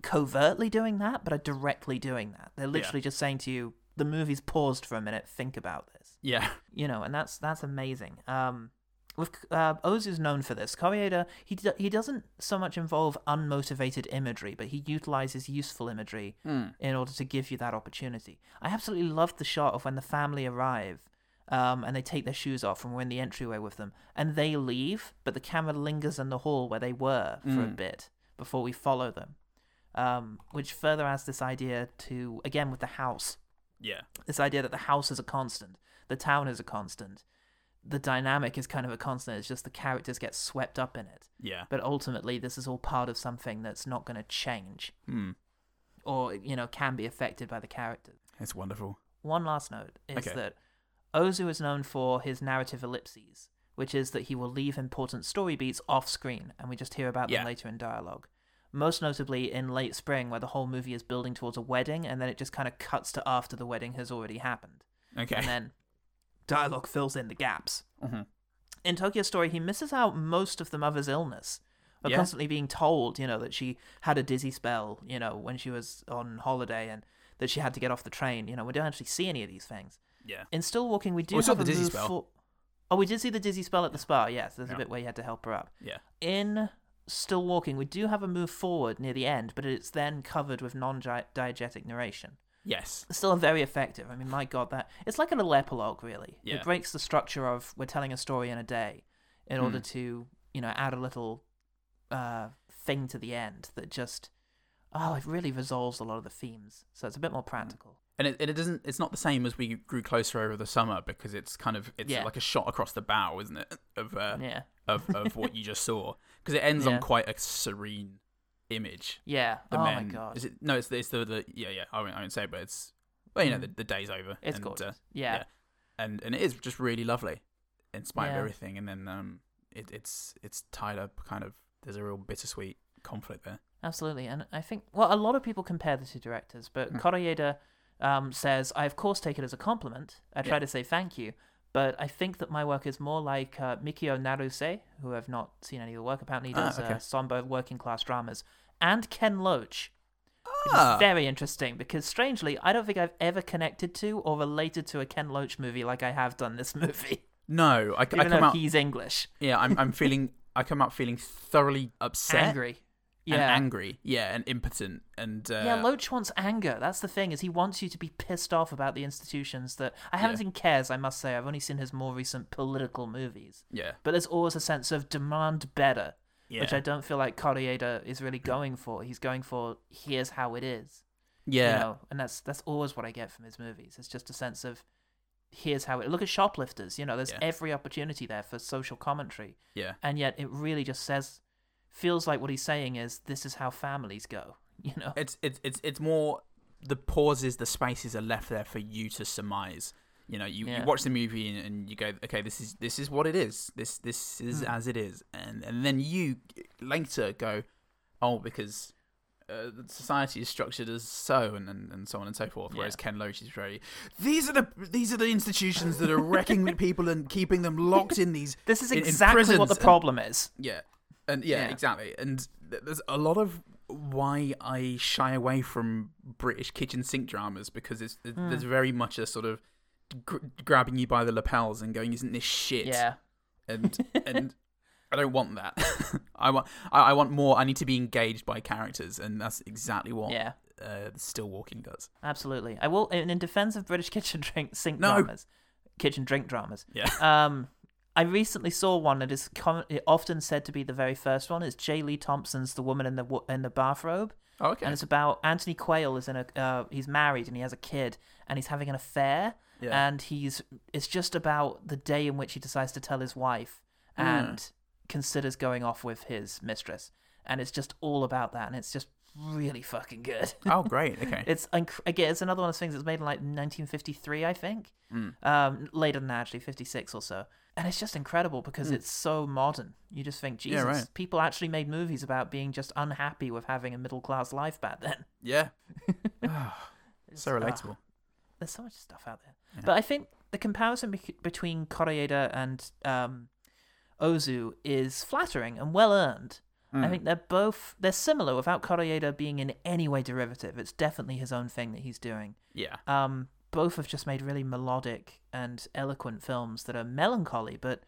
Speaker 1: covertly doing that, but are directly doing that. They're literally just saying to you, the movie's paused for a minute, think about this
Speaker 2: Yeah.
Speaker 1: you know, and that's that's amazing. Um, with uh, Oz is known for this. Koreeda, he do, he doesn't so much involve unmotivated imagery, but he utilizes useful imagery in order to give you that opportunity. I absolutely loved the shot of when the family arrive. Um, and they take their shoes off and we're in the entryway with them. And they leave, but the camera lingers in the hall where they were for a bit before we follow them. Um, which further adds this idea to, again, with the house,
Speaker 2: Yeah.
Speaker 1: this idea that the house is a constant, the town is a constant, the dynamic is kind of a constant. It's just the characters get swept up in it.
Speaker 2: Yeah.
Speaker 1: But ultimately, this is all part of something that's not going to change,
Speaker 2: Hmm.
Speaker 1: or you know, can be affected by the characters.
Speaker 2: It's wonderful.
Speaker 1: One last note is
Speaker 2: Okay.
Speaker 1: that Ozu is known for his narrative ellipses, which is that he will leave important story beats off screen and we just hear about
Speaker 2: Yeah.
Speaker 1: them later in dialogue. Most notably in Late Spring, where the whole movie is building towards a wedding and then it just kind of cuts to after the wedding has already happened.
Speaker 2: Okay.
Speaker 1: And then dialogue fills in the gaps.
Speaker 2: Mhm.
Speaker 1: In Tokyo Story, he misses out most of the mother's illness. We're
Speaker 2: Yeah.
Speaker 1: constantly being told, you know, that she had a dizzy spell, you know, when she was on holiday and that she had to get off the train. You know, we don't actually see any of these things.
Speaker 2: yeah.
Speaker 1: In Still Walking, we do
Speaker 2: Oh, We saw
Speaker 1: have
Speaker 2: the
Speaker 1: a
Speaker 2: dizzy
Speaker 1: move
Speaker 2: spell.
Speaker 1: for- Oh, we did see the dizzy spell at the spa, yes. There's
Speaker 2: Yeah.
Speaker 1: a bit where you had to help her up.
Speaker 2: Yeah.
Speaker 1: In Still Walking, we do have a move forward near the end, but it's then covered with non diegetic narration
Speaker 2: Yes.
Speaker 1: still very effective. I mean, my god, that it's like a little epilogue, really.
Speaker 2: Yeah.
Speaker 1: It breaks the structure of we're telling a story in a day, in order
Speaker 2: Hmm.
Speaker 1: to you know add a little uh, thing to the end that just oh, it really resolves a lot of the themes. So it's a bit
Speaker 2: Hmm.
Speaker 1: more practical.
Speaker 2: And it, and it doesn't. It's not the same as we grew closer over the summer because it's kind of it's
Speaker 1: Yeah.
Speaker 2: like a shot across the bow, isn't it? Of uh,
Speaker 1: Yeah,
Speaker 2: of of what you just saw because it ends
Speaker 1: Yeah.
Speaker 2: on quite a serene image.
Speaker 1: yeah.
Speaker 2: The
Speaker 1: oh
Speaker 2: men.
Speaker 1: my god,
Speaker 2: Is it? No, it's the, it's the, the yeah yeah. I won't, I won't say, it, but it's well you know the, the day's over.
Speaker 1: Mm. it's
Speaker 2: and,
Speaker 1: gorgeous.
Speaker 2: uh,
Speaker 1: yeah.
Speaker 2: and and it is just really lovely in spite of
Speaker 1: Yeah.
Speaker 2: everything and then um it, it's it's tied up kind of there's a real bittersweet conflict there
Speaker 1: Absolutely, and I think well, a lot of people compare the two directors, but
Speaker 2: Hmm.
Speaker 1: Koreeda um, says, "I of course take it as a compliment. I try
Speaker 2: Yeah.
Speaker 1: to say thank you, but I think that my work is more like uh, Mikio Naruse, who I've not seen any of the work. Apparently, he
Speaker 2: Ah,
Speaker 1: does
Speaker 2: okay.
Speaker 1: uh, Sombo working class dramas, and Ken Loach,
Speaker 2: Ah.
Speaker 1: which is very interesting because strangely, I don't think I've ever connected to or related to a Ken Loach movie like I have done this movie,
Speaker 2: no i, I
Speaker 1: even
Speaker 2: come
Speaker 1: though
Speaker 2: out
Speaker 1: he's English.
Speaker 2: yeah I'm, I'm feeling i come out feeling thoroughly upset
Speaker 1: Angry,
Speaker 2: and
Speaker 1: yeah,
Speaker 2: angry yeah and impotent and uh,
Speaker 1: Yeah, Loach wants anger. That's the thing is he wants you to be pissed off about the institutions that I haven't
Speaker 2: Yeah.
Speaker 1: seen Cares. I must say I've only seen his more recent political movies.
Speaker 2: yeah
Speaker 1: But there's always a sense of demand better, which
Speaker 2: Yeah.
Speaker 1: I don't feel like Correada is really going for. He's going for here's how it is,
Speaker 2: yeah
Speaker 1: you know, and that's that's always what I get from his movies. It's just a sense of here's how it. Look at Shoplifters. You know, there's
Speaker 2: Yeah.
Speaker 1: every opportunity there for social commentary,
Speaker 2: yeah
Speaker 1: and yet it really just says feels like what he's saying is this is how families go. You know.
Speaker 2: it's it's it's it's more the pauses, the spaces are left there for you to surmise. You know, you,
Speaker 1: Yeah.
Speaker 2: you watch the movie and, and you go, okay, this is this is what it is. This this is
Speaker 1: Hmm.
Speaker 2: as it is, and and then you later go, oh, because uh, society is structured as so, and, and and so on and so forth. Whereas
Speaker 1: Yeah.
Speaker 2: Ken Loach is very, these are the these are the institutions that are wrecking people and keeping them locked in these.
Speaker 1: This is
Speaker 2: in- in
Speaker 1: exactly what
Speaker 2: prisons
Speaker 1: the
Speaker 2: and-
Speaker 1: problem is.
Speaker 2: yeah, and yeah,
Speaker 1: Yeah.
Speaker 2: exactly. And th- there's a lot of why I shy away from British kitchen sink dramas because it's th- there's
Speaker 1: Hmm.
Speaker 2: very much a sort of gr- grabbing you by the lapels and going, "Isn't this shit?"
Speaker 1: Yeah.
Speaker 2: and and I don't want that. I want I, I want more. I need to be engaged by characters, and that's exactly what
Speaker 1: Yeah.
Speaker 2: uh, Still Walking does.
Speaker 1: Absolutely. I will in, in defense of British kitchen drink sink
Speaker 2: No.
Speaker 1: dramas. Kitchen drink dramas.
Speaker 2: Yeah.
Speaker 1: Um I recently saw one that is com- it often said to be the very first one. It's J. Lee Thompson's The Woman in the Wo- in the Bathrobe.
Speaker 2: Oh, okay.
Speaker 1: And it's about Anthony Quayle is in a uh, he's married and he has a kid and he's having an affair
Speaker 2: Yeah.
Speaker 1: and he's it's just about the day in which he decides to tell his wife
Speaker 2: Hmm.
Speaker 1: and considers going off with his mistress and it's just all about that and it's just really fucking good.
Speaker 2: Oh, great. Okay.
Speaker 1: It's inc- again, it's another one of those things that's made in like 1953, I think.
Speaker 2: Hmm.
Speaker 1: Um, later than that, actually, 56 or so. And it's just incredible because it's so modern. You just think, Jesus,
Speaker 2: Hmm. right.
Speaker 1: people actually made movies about being just unhappy with having a middle class life back then.
Speaker 2: yeah. Ah, so
Speaker 1: ah.
Speaker 2: relatable.
Speaker 1: There's so much stuff out there. But I think the comparison bec between Koreeda and um, Ozu is flattering and well earned.
Speaker 2: Hmm.
Speaker 1: I think they're both they're similar without Koreeda being in any way derivative. It's definitely his own thing that he's doing.
Speaker 2: Yeah.
Speaker 1: um, both have just made really melodic and eloquent films that are melancholy but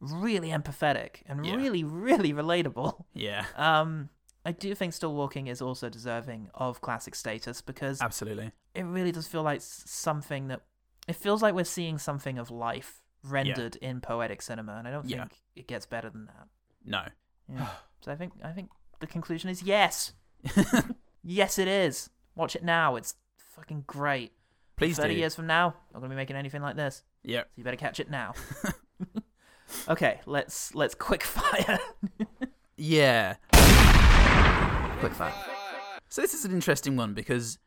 Speaker 1: really empathetic and
Speaker 2: Yeah.
Speaker 1: really really relatable
Speaker 2: Yeah.
Speaker 1: um, i do think still walking is also deserving of classic status because
Speaker 2: Absolutely.
Speaker 1: it really does feel like s- something that it feels like we're seeing something of life rendered in poetic cinema and i don't
Speaker 2: Yeah.
Speaker 1: think it gets better than that
Speaker 2: No.
Speaker 1: yeah. so i think i think the conclusion is yes yes it is watch it now it's fucking great
Speaker 2: Please do.
Speaker 1: 30 years from now, not gonna be making anything like this.
Speaker 2: Yep.
Speaker 1: So you better catch it now. okay, let's let's quick fire.
Speaker 2: Oh, Yeah. Quick fire. So this is an interesting one because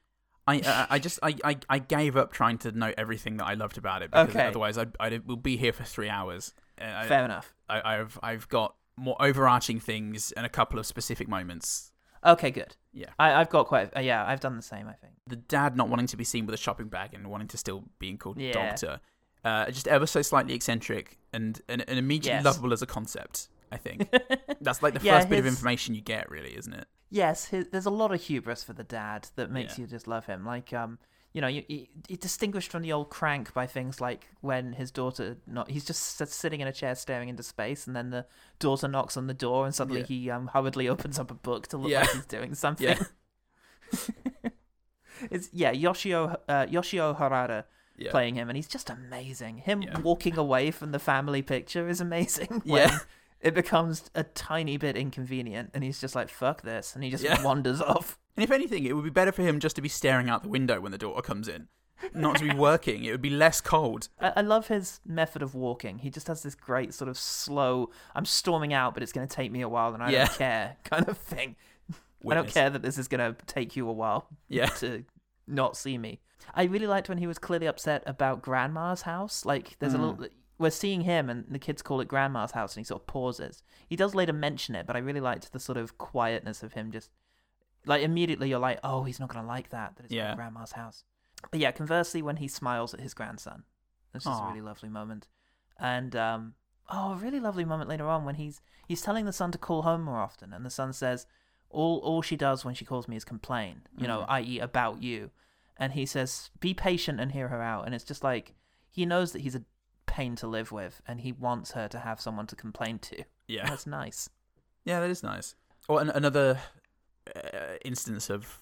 Speaker 2: I I, I just I, I I gave up trying to note everything that I loved about it because
Speaker 1: Okay.
Speaker 2: otherwise I'd, I'd we'll be here for three hours. And I,
Speaker 1: Fair enough.
Speaker 2: I, I've I've got more overarching things and a couple of specific moments.
Speaker 1: Okay, good.
Speaker 2: Yeah.
Speaker 1: I, I've got quite. uh, yeah, I've done the same. I think.
Speaker 2: The dad not wanting to be seen with a shopping bag and wanting to still being called
Speaker 1: Yeah.
Speaker 2: doctor. Uh, just ever so slightly eccentric and and, and immediately
Speaker 1: Yes.
Speaker 2: lovable as a concept. I think that's like the
Speaker 1: Yeah,
Speaker 2: first bit of
Speaker 1: his-
Speaker 2: information you get, really, isn't it?
Speaker 1: Yes, hi there's a lot of hubris for the dad that makes
Speaker 2: Yeah.
Speaker 1: you just love him. Like, um, you know, you, you, you distinguished from the old crank by things like when his daughter not he's just s- sitting in a chair staring into space, and then the daughter knocks on the door, and suddenly
Speaker 2: Yeah.
Speaker 1: he um hurriedly opens up a book to look
Speaker 2: Yeah.
Speaker 1: like he's doing something.
Speaker 2: Yeah.
Speaker 1: It's yeah, Yoshio uh, Yoshio Harada
Speaker 2: Yeah.
Speaker 1: playing him, and he's just amazing. Him
Speaker 2: Yeah.
Speaker 1: walking away from the family picture is amazing. when
Speaker 2: Yeah.
Speaker 1: it becomes a tiny bit inconvenient, and he's just like "fuck this," and he just
Speaker 2: Yeah.
Speaker 1: wanders off.
Speaker 2: And if anything, it would be better for him just to be staring out the window when the daughter comes in, not to be working. It would be less cold.
Speaker 1: I, I love his method of walking. He just has this great sort of slow. I'm storming out, but it's going to take me a while, and I
Speaker 2: Yeah.
Speaker 1: don't care kind of thing. I don't
Speaker 2: Witness.
Speaker 1: care that this is going to take you a while
Speaker 2: Yeah.
Speaker 1: to not see me. I really liked when he was clearly upset about grandma's house. Like, there's a
Speaker 2: Mm.
Speaker 1: little. We're seeing him, and the kids call it grandma's house, and he sort of pauses. He does later mention it, but I really liked the sort of quietness of him just. Like, immediately you're like, oh, he's not going to like that, that it's
Speaker 2: Yeah.
Speaker 1: grandma's house. But yeah, conversely, when he smiles at his grandson, this is a
Speaker 2: Aw.
Speaker 1: really lovely moment. And um, oh, a really lovely moment later on when he's he's telling the son to call home more often, and the son says, "All all she does when she calls me is complain, you
Speaker 2: Mm-hmm.
Speaker 1: know, i.e. about you." And he says, "Be patient and hear her out." And it's just like he knows that he's a pain to live with, and he wants her to have someone to complain to.
Speaker 2: Yeah.
Speaker 1: That's nice.
Speaker 2: Yeah, that is nice. Or an- another uh, instance of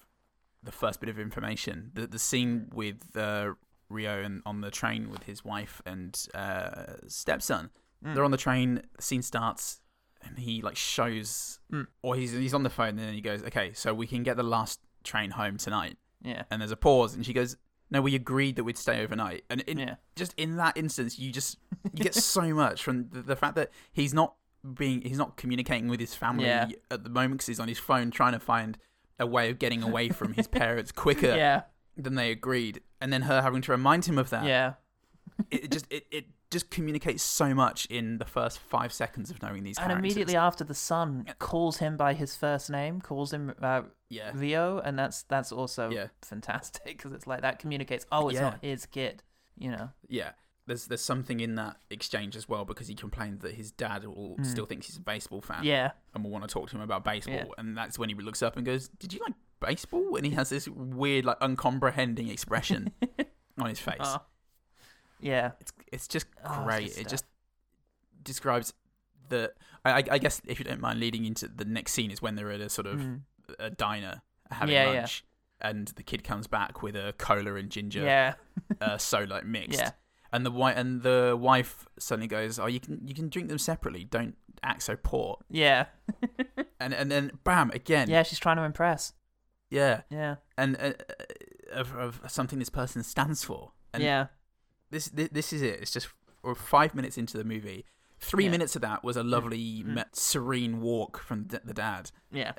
Speaker 2: the first bit of information the, the scene with uh, Rio and on the train with his wife and uh, stepson. They're on the train, the scene starts, and he like shows, or he's, he's on the phone, and then he goes, Okay, so we can get the last train home tonight.
Speaker 1: Yeah.
Speaker 2: and there's a pause and she goes no we agreed that we'd stay overnight and in,
Speaker 1: Yeah.
Speaker 2: just in that instance you just you get so much from the, the fact that he's not being he's not communicating with his family
Speaker 1: Yeah.
Speaker 2: at the moment because he's on his phone trying to find a way of getting away from his parents quicker
Speaker 1: Yeah.
Speaker 2: than they agreed and then her having to remind him of that
Speaker 1: Yeah.
Speaker 2: it, it just it, it just communicates so much in the first five seconds of knowing these
Speaker 1: And
Speaker 2: characters.
Speaker 1: immediately after, the son calls him by his first name, calls him uh,
Speaker 2: Yeah.
Speaker 1: Rio, and that's that's also
Speaker 2: Yeah.
Speaker 1: fantastic because it's like that communicates. Oh, it's
Speaker 2: Yeah.
Speaker 1: not his kid, you know.
Speaker 2: yeah there's there's something in that exchange as well because he complained that his dad will,
Speaker 1: Hmm.
Speaker 2: still thinks he's a baseball fan
Speaker 1: Yeah,
Speaker 2: and will want to talk to him about baseball.
Speaker 1: Yeah.
Speaker 2: And that's when he looks up and goes, "Did you like baseball?" And he has this weird, like, uncomprehending expression on his face.
Speaker 1: Aw. yeah,
Speaker 2: It's it's just
Speaker 1: Oh, Ah. it's
Speaker 2: great.
Speaker 1: good
Speaker 2: it
Speaker 1: stuff.
Speaker 2: just describes the. I, I I guess if you don't mind leading into the next scene is when they're at a sort of a diner having
Speaker 1: Mm. Yeah, yeah.
Speaker 2: lunch. And the kid comes back with a cola and ginger
Speaker 1: yeah,
Speaker 2: uh, so like mixed.
Speaker 1: Yeah.
Speaker 2: And the wife and the wife suddenly goes, "Oh, you can you can drink them separately. Don't act so poor."
Speaker 1: yeah,
Speaker 2: And and then bam again.
Speaker 1: yeah. She's trying to impress.
Speaker 2: Yeah.
Speaker 1: Yeah,
Speaker 2: and uh, uh, of, of something this person stands for. And
Speaker 1: yeah,
Speaker 2: this, this this is it. It's just we're five minutes into the movie. Three
Speaker 1: Yeah. Mm.
Speaker 2: minutes of that was a lovely, me- serene walk from d- the dad,
Speaker 1: yeah.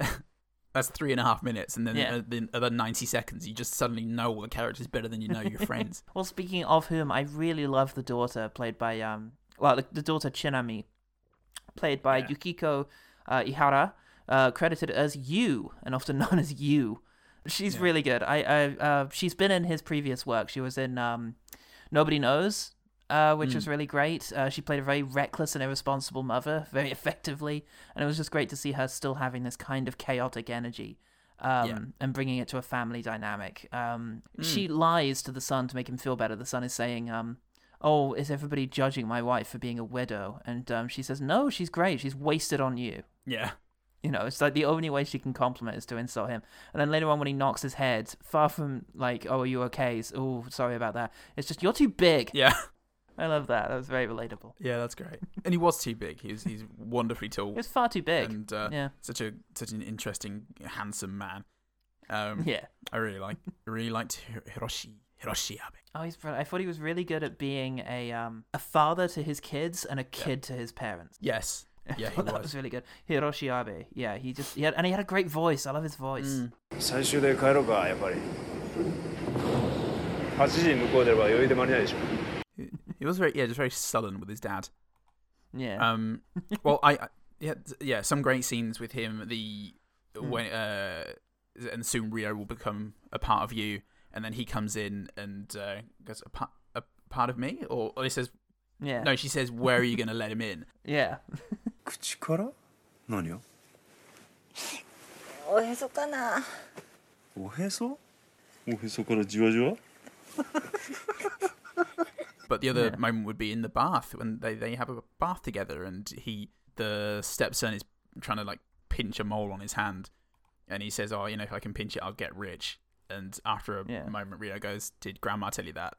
Speaker 2: that's three and a half minutes, and then
Speaker 1: Yeah.
Speaker 2: uh, the other ninety seconds, you just suddenly know all the characters better than you know your friends.
Speaker 1: Well, speaking of whom, I really love the daughter played by um, well, the, the daughter Chinami, played by Yukiko uh, Ihara, uh, credited as You and often known as You. She's really good. I, I uh, she's been in his previous work. She was in um, Nobody Knows, uh, which was really great. Uh, she played a very reckless and irresponsible mother very effectively, and it was just great to see her still having this kind of chaotic energy um, and bringing it to a family dynamic. Um, She
Speaker 2: Mm.
Speaker 1: lies to the son to make him feel better. The son is saying, um, "Oh, is everybody judging my wife for being a widow?" And um, she says, "No, she's great. She's wasted on you."
Speaker 2: Yeah,
Speaker 1: You know, it's like the only way she can compliment is to insult him. And then later on, when he knocks his head, far from like, "Oh, are you okay?" It's, "Oh, sorry about that." It's just you're too big.
Speaker 2: yeah,
Speaker 1: I love that. That was very relatable.
Speaker 2: yeah. That's great. And he was too big. He was he's wonderfully tall
Speaker 1: It was far too big.
Speaker 2: and uh,
Speaker 1: yeah,
Speaker 2: such a such an interesting, handsome man. Um,
Speaker 1: yeah.
Speaker 2: I really like I really liked Hi- Hiroshi Hiroshi Abe.
Speaker 1: Oh, he's. br- I thought he was really good at being a um a father to his kids and a kid to his parents.
Speaker 2: Yes, yeah, he
Speaker 1: Well, that was
Speaker 2: was.
Speaker 1: really good. Hiroshi Abe. Yeah, he just he had, and he had a great voice. I love his voice.
Speaker 2: Mm.
Speaker 6: 最終で帰ろうかやっぱり8時向こう出れば余裕で間に合いでしょ
Speaker 2: He was very yeah, just very sullen with his dad.
Speaker 1: Yeah.
Speaker 2: Um, well, I, I yeah th- yeah some great scenes with him. The
Speaker 1: Hmm.
Speaker 2: when uh and soon Rio will become a part of you, and then he comes in and uh, goes a part a part of me, or, or he says
Speaker 1: yeah.
Speaker 2: no, she says where are you going to let him in?
Speaker 1: Yeah.
Speaker 6: 口から何を
Speaker 3: おへそかな
Speaker 6: おへそおへそからじわじわ
Speaker 2: But the other moment would be in the bath when they they have a bath together, and he the stepson is trying to like pinch a mole on his hand, and he says, "Oh, you know, if I can pinch it, I'll get rich." And after a
Speaker 1: Yeah.
Speaker 2: moment, Rio goes, "Did Grandma tell you that?"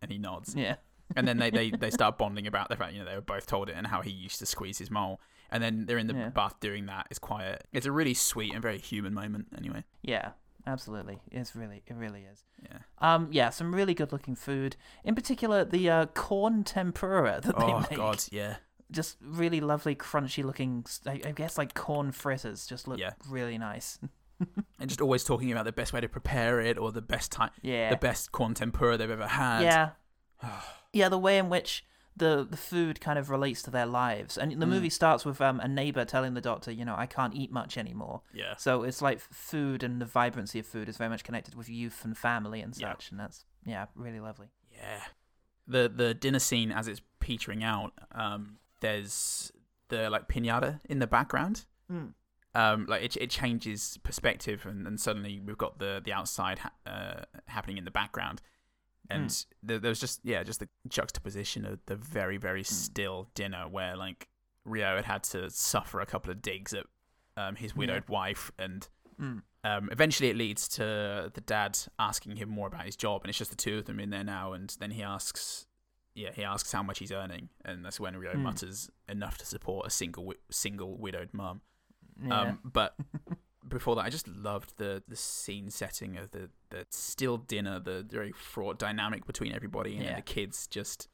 Speaker 2: And he nods.
Speaker 1: Yeah.
Speaker 2: and then they, they, they start bonding about the fact you know they were both told it and how he used to squeeze his mole and then they're in the
Speaker 1: Yeah.
Speaker 2: bath doing that it's quiet it's a really sweet and very human moment anyway
Speaker 1: Yeah. Absolutely. It's really. It really is.
Speaker 2: yeah
Speaker 1: Um. Yeah. Some really good looking food. In particular, the uh, corn tempura that
Speaker 2: oh
Speaker 1: they make.
Speaker 2: god yeah
Speaker 1: Just really lovely, crunchy looking. s- I, I guess like corn fritters. Just look
Speaker 2: Yeah.
Speaker 1: really nice.
Speaker 2: and just always talking about the best way to prepare it or the best time
Speaker 1: Yeah.
Speaker 2: the best corn tempura they've ever had
Speaker 1: Yeah. yeah, the way in which the the food kind of relates to their lives. And the
Speaker 2: Mm.
Speaker 1: movie starts with um, a neighbor telling the doctor, you know, I can't eat much anymore.
Speaker 2: Yeah.
Speaker 1: So it's like f- food and the vibrancy of food is very much connected with youth and family and
Speaker 2: Yeah.
Speaker 1: such. And that's, yeah, really lovely.
Speaker 2: yeah the the dinner scene as it's petering out um there's the like piñata in the background um, like it, it changes perspective and, and suddenly we've got the the outside ha- uh, happening in the background and
Speaker 1: Hmm.
Speaker 2: there, there was just yeah just the juxtaposition of the very very
Speaker 1: Hmm.
Speaker 2: still dinner where like rio had had to suffer a couple of digs at um, his widowed wife and
Speaker 1: Mm.
Speaker 2: um, eventually it leads to the dad asking him more about his job and it's just the two of them in there now and then he asks yeah he asks how much he's earning and that's when
Speaker 1: Hmm.
Speaker 2: rio mutters enough to support a single wi- single widowed mum
Speaker 1: Yeah.
Speaker 2: um, but before that, I just loved the the scene setting of the the still dinner, the very fraught dynamic between everybody and then
Speaker 1: Yeah.
Speaker 2: the kids just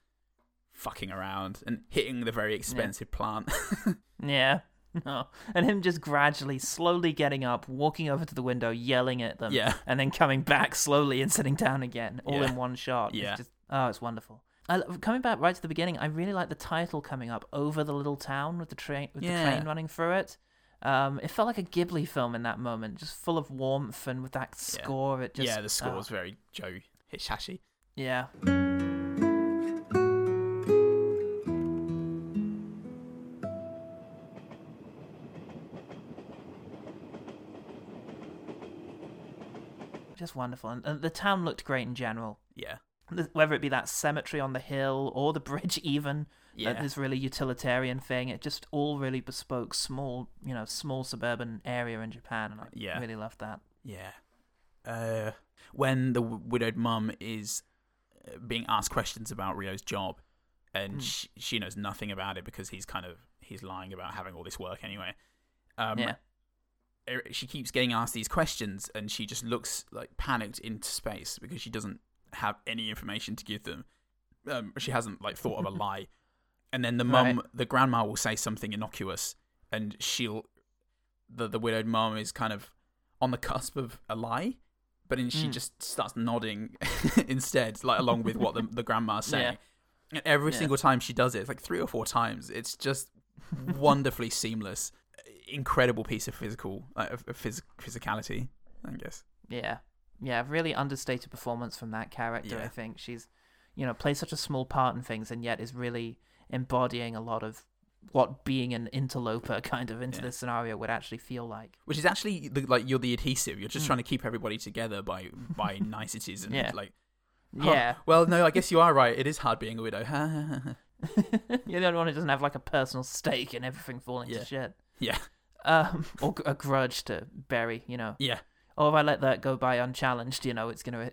Speaker 2: fucking around and hitting the very expensive plant.
Speaker 1: yeah. No. And him just gradually, slowly getting up, walking over to the window, yelling at them,
Speaker 2: Yeah.
Speaker 1: and then coming back slowly and sitting down again, all
Speaker 2: Yeah.
Speaker 1: in one shot.
Speaker 2: Yeah.
Speaker 1: It's just, oh, it's wonderful. I, lo- coming back right to the beginning, I really like the title coming up over the little town with the train with
Speaker 2: Yeah.
Speaker 1: the train running through it. Um, it felt like a Ghibli film in that moment, just full of warmth and with that score. It just
Speaker 2: yeah, the score
Speaker 1: oh,
Speaker 2: was very Joe Hishashi.
Speaker 1: yeah, just wonderful, and, and the town looked great in general.
Speaker 2: Yeah,
Speaker 1: Th- Whether it be that cemetery on the hill or the bridge, even
Speaker 2: Yeah.
Speaker 1: that this really utilitarian thing, it just all really bespoke small, you know, small suburban area in Japan, and I
Speaker 2: Yeah.
Speaker 1: really loved that.
Speaker 2: yeah. Uh, when the w- widowed mum is uh, being asked questions about Rio's job, and she, she knows nothing about it because he's kind of he's lying about having all this work anyway. Um,
Speaker 1: yeah,
Speaker 2: er- she keeps getting asked these questions and she just looks like panicked into space because she doesn't have any information to give them um, she hasn't like thought of a lie and then the mum
Speaker 1: Right.
Speaker 2: the grandma will say something innocuous and she'll the, the widowed mum is kind of on the cusp of a lie, but then she just starts nodding instead, like along with what the, the grandma's saying. And every single time she does it, it's like three or four times. It's just wonderfully seamless, incredible piece of physical uh, of, of phys- physicality, I guess.
Speaker 1: Yeah. Yeah, really understated performance from that character,
Speaker 2: Yeah.
Speaker 1: I think. She's, you know, plays such a small part in things and yet is really embodying a lot of what being an interloper kind of into this scenario would actually feel like.
Speaker 2: Which is actually the, like you're the adhesive. You're just trying to keep everybody together by by niceties and
Speaker 1: Mm. Yeah.
Speaker 2: like. huh,
Speaker 1: Yeah.
Speaker 2: Well, no, I guess you are right. It is hard being a widow.
Speaker 1: You're the only one who doesn't have like a personal stake in everything falling
Speaker 2: Yeah.
Speaker 1: to shit.
Speaker 2: yeah.
Speaker 1: Um, or g- a grudge to bury, you know.
Speaker 2: Yeah.
Speaker 1: Or if I let that go by unchallenged, you know, it's going to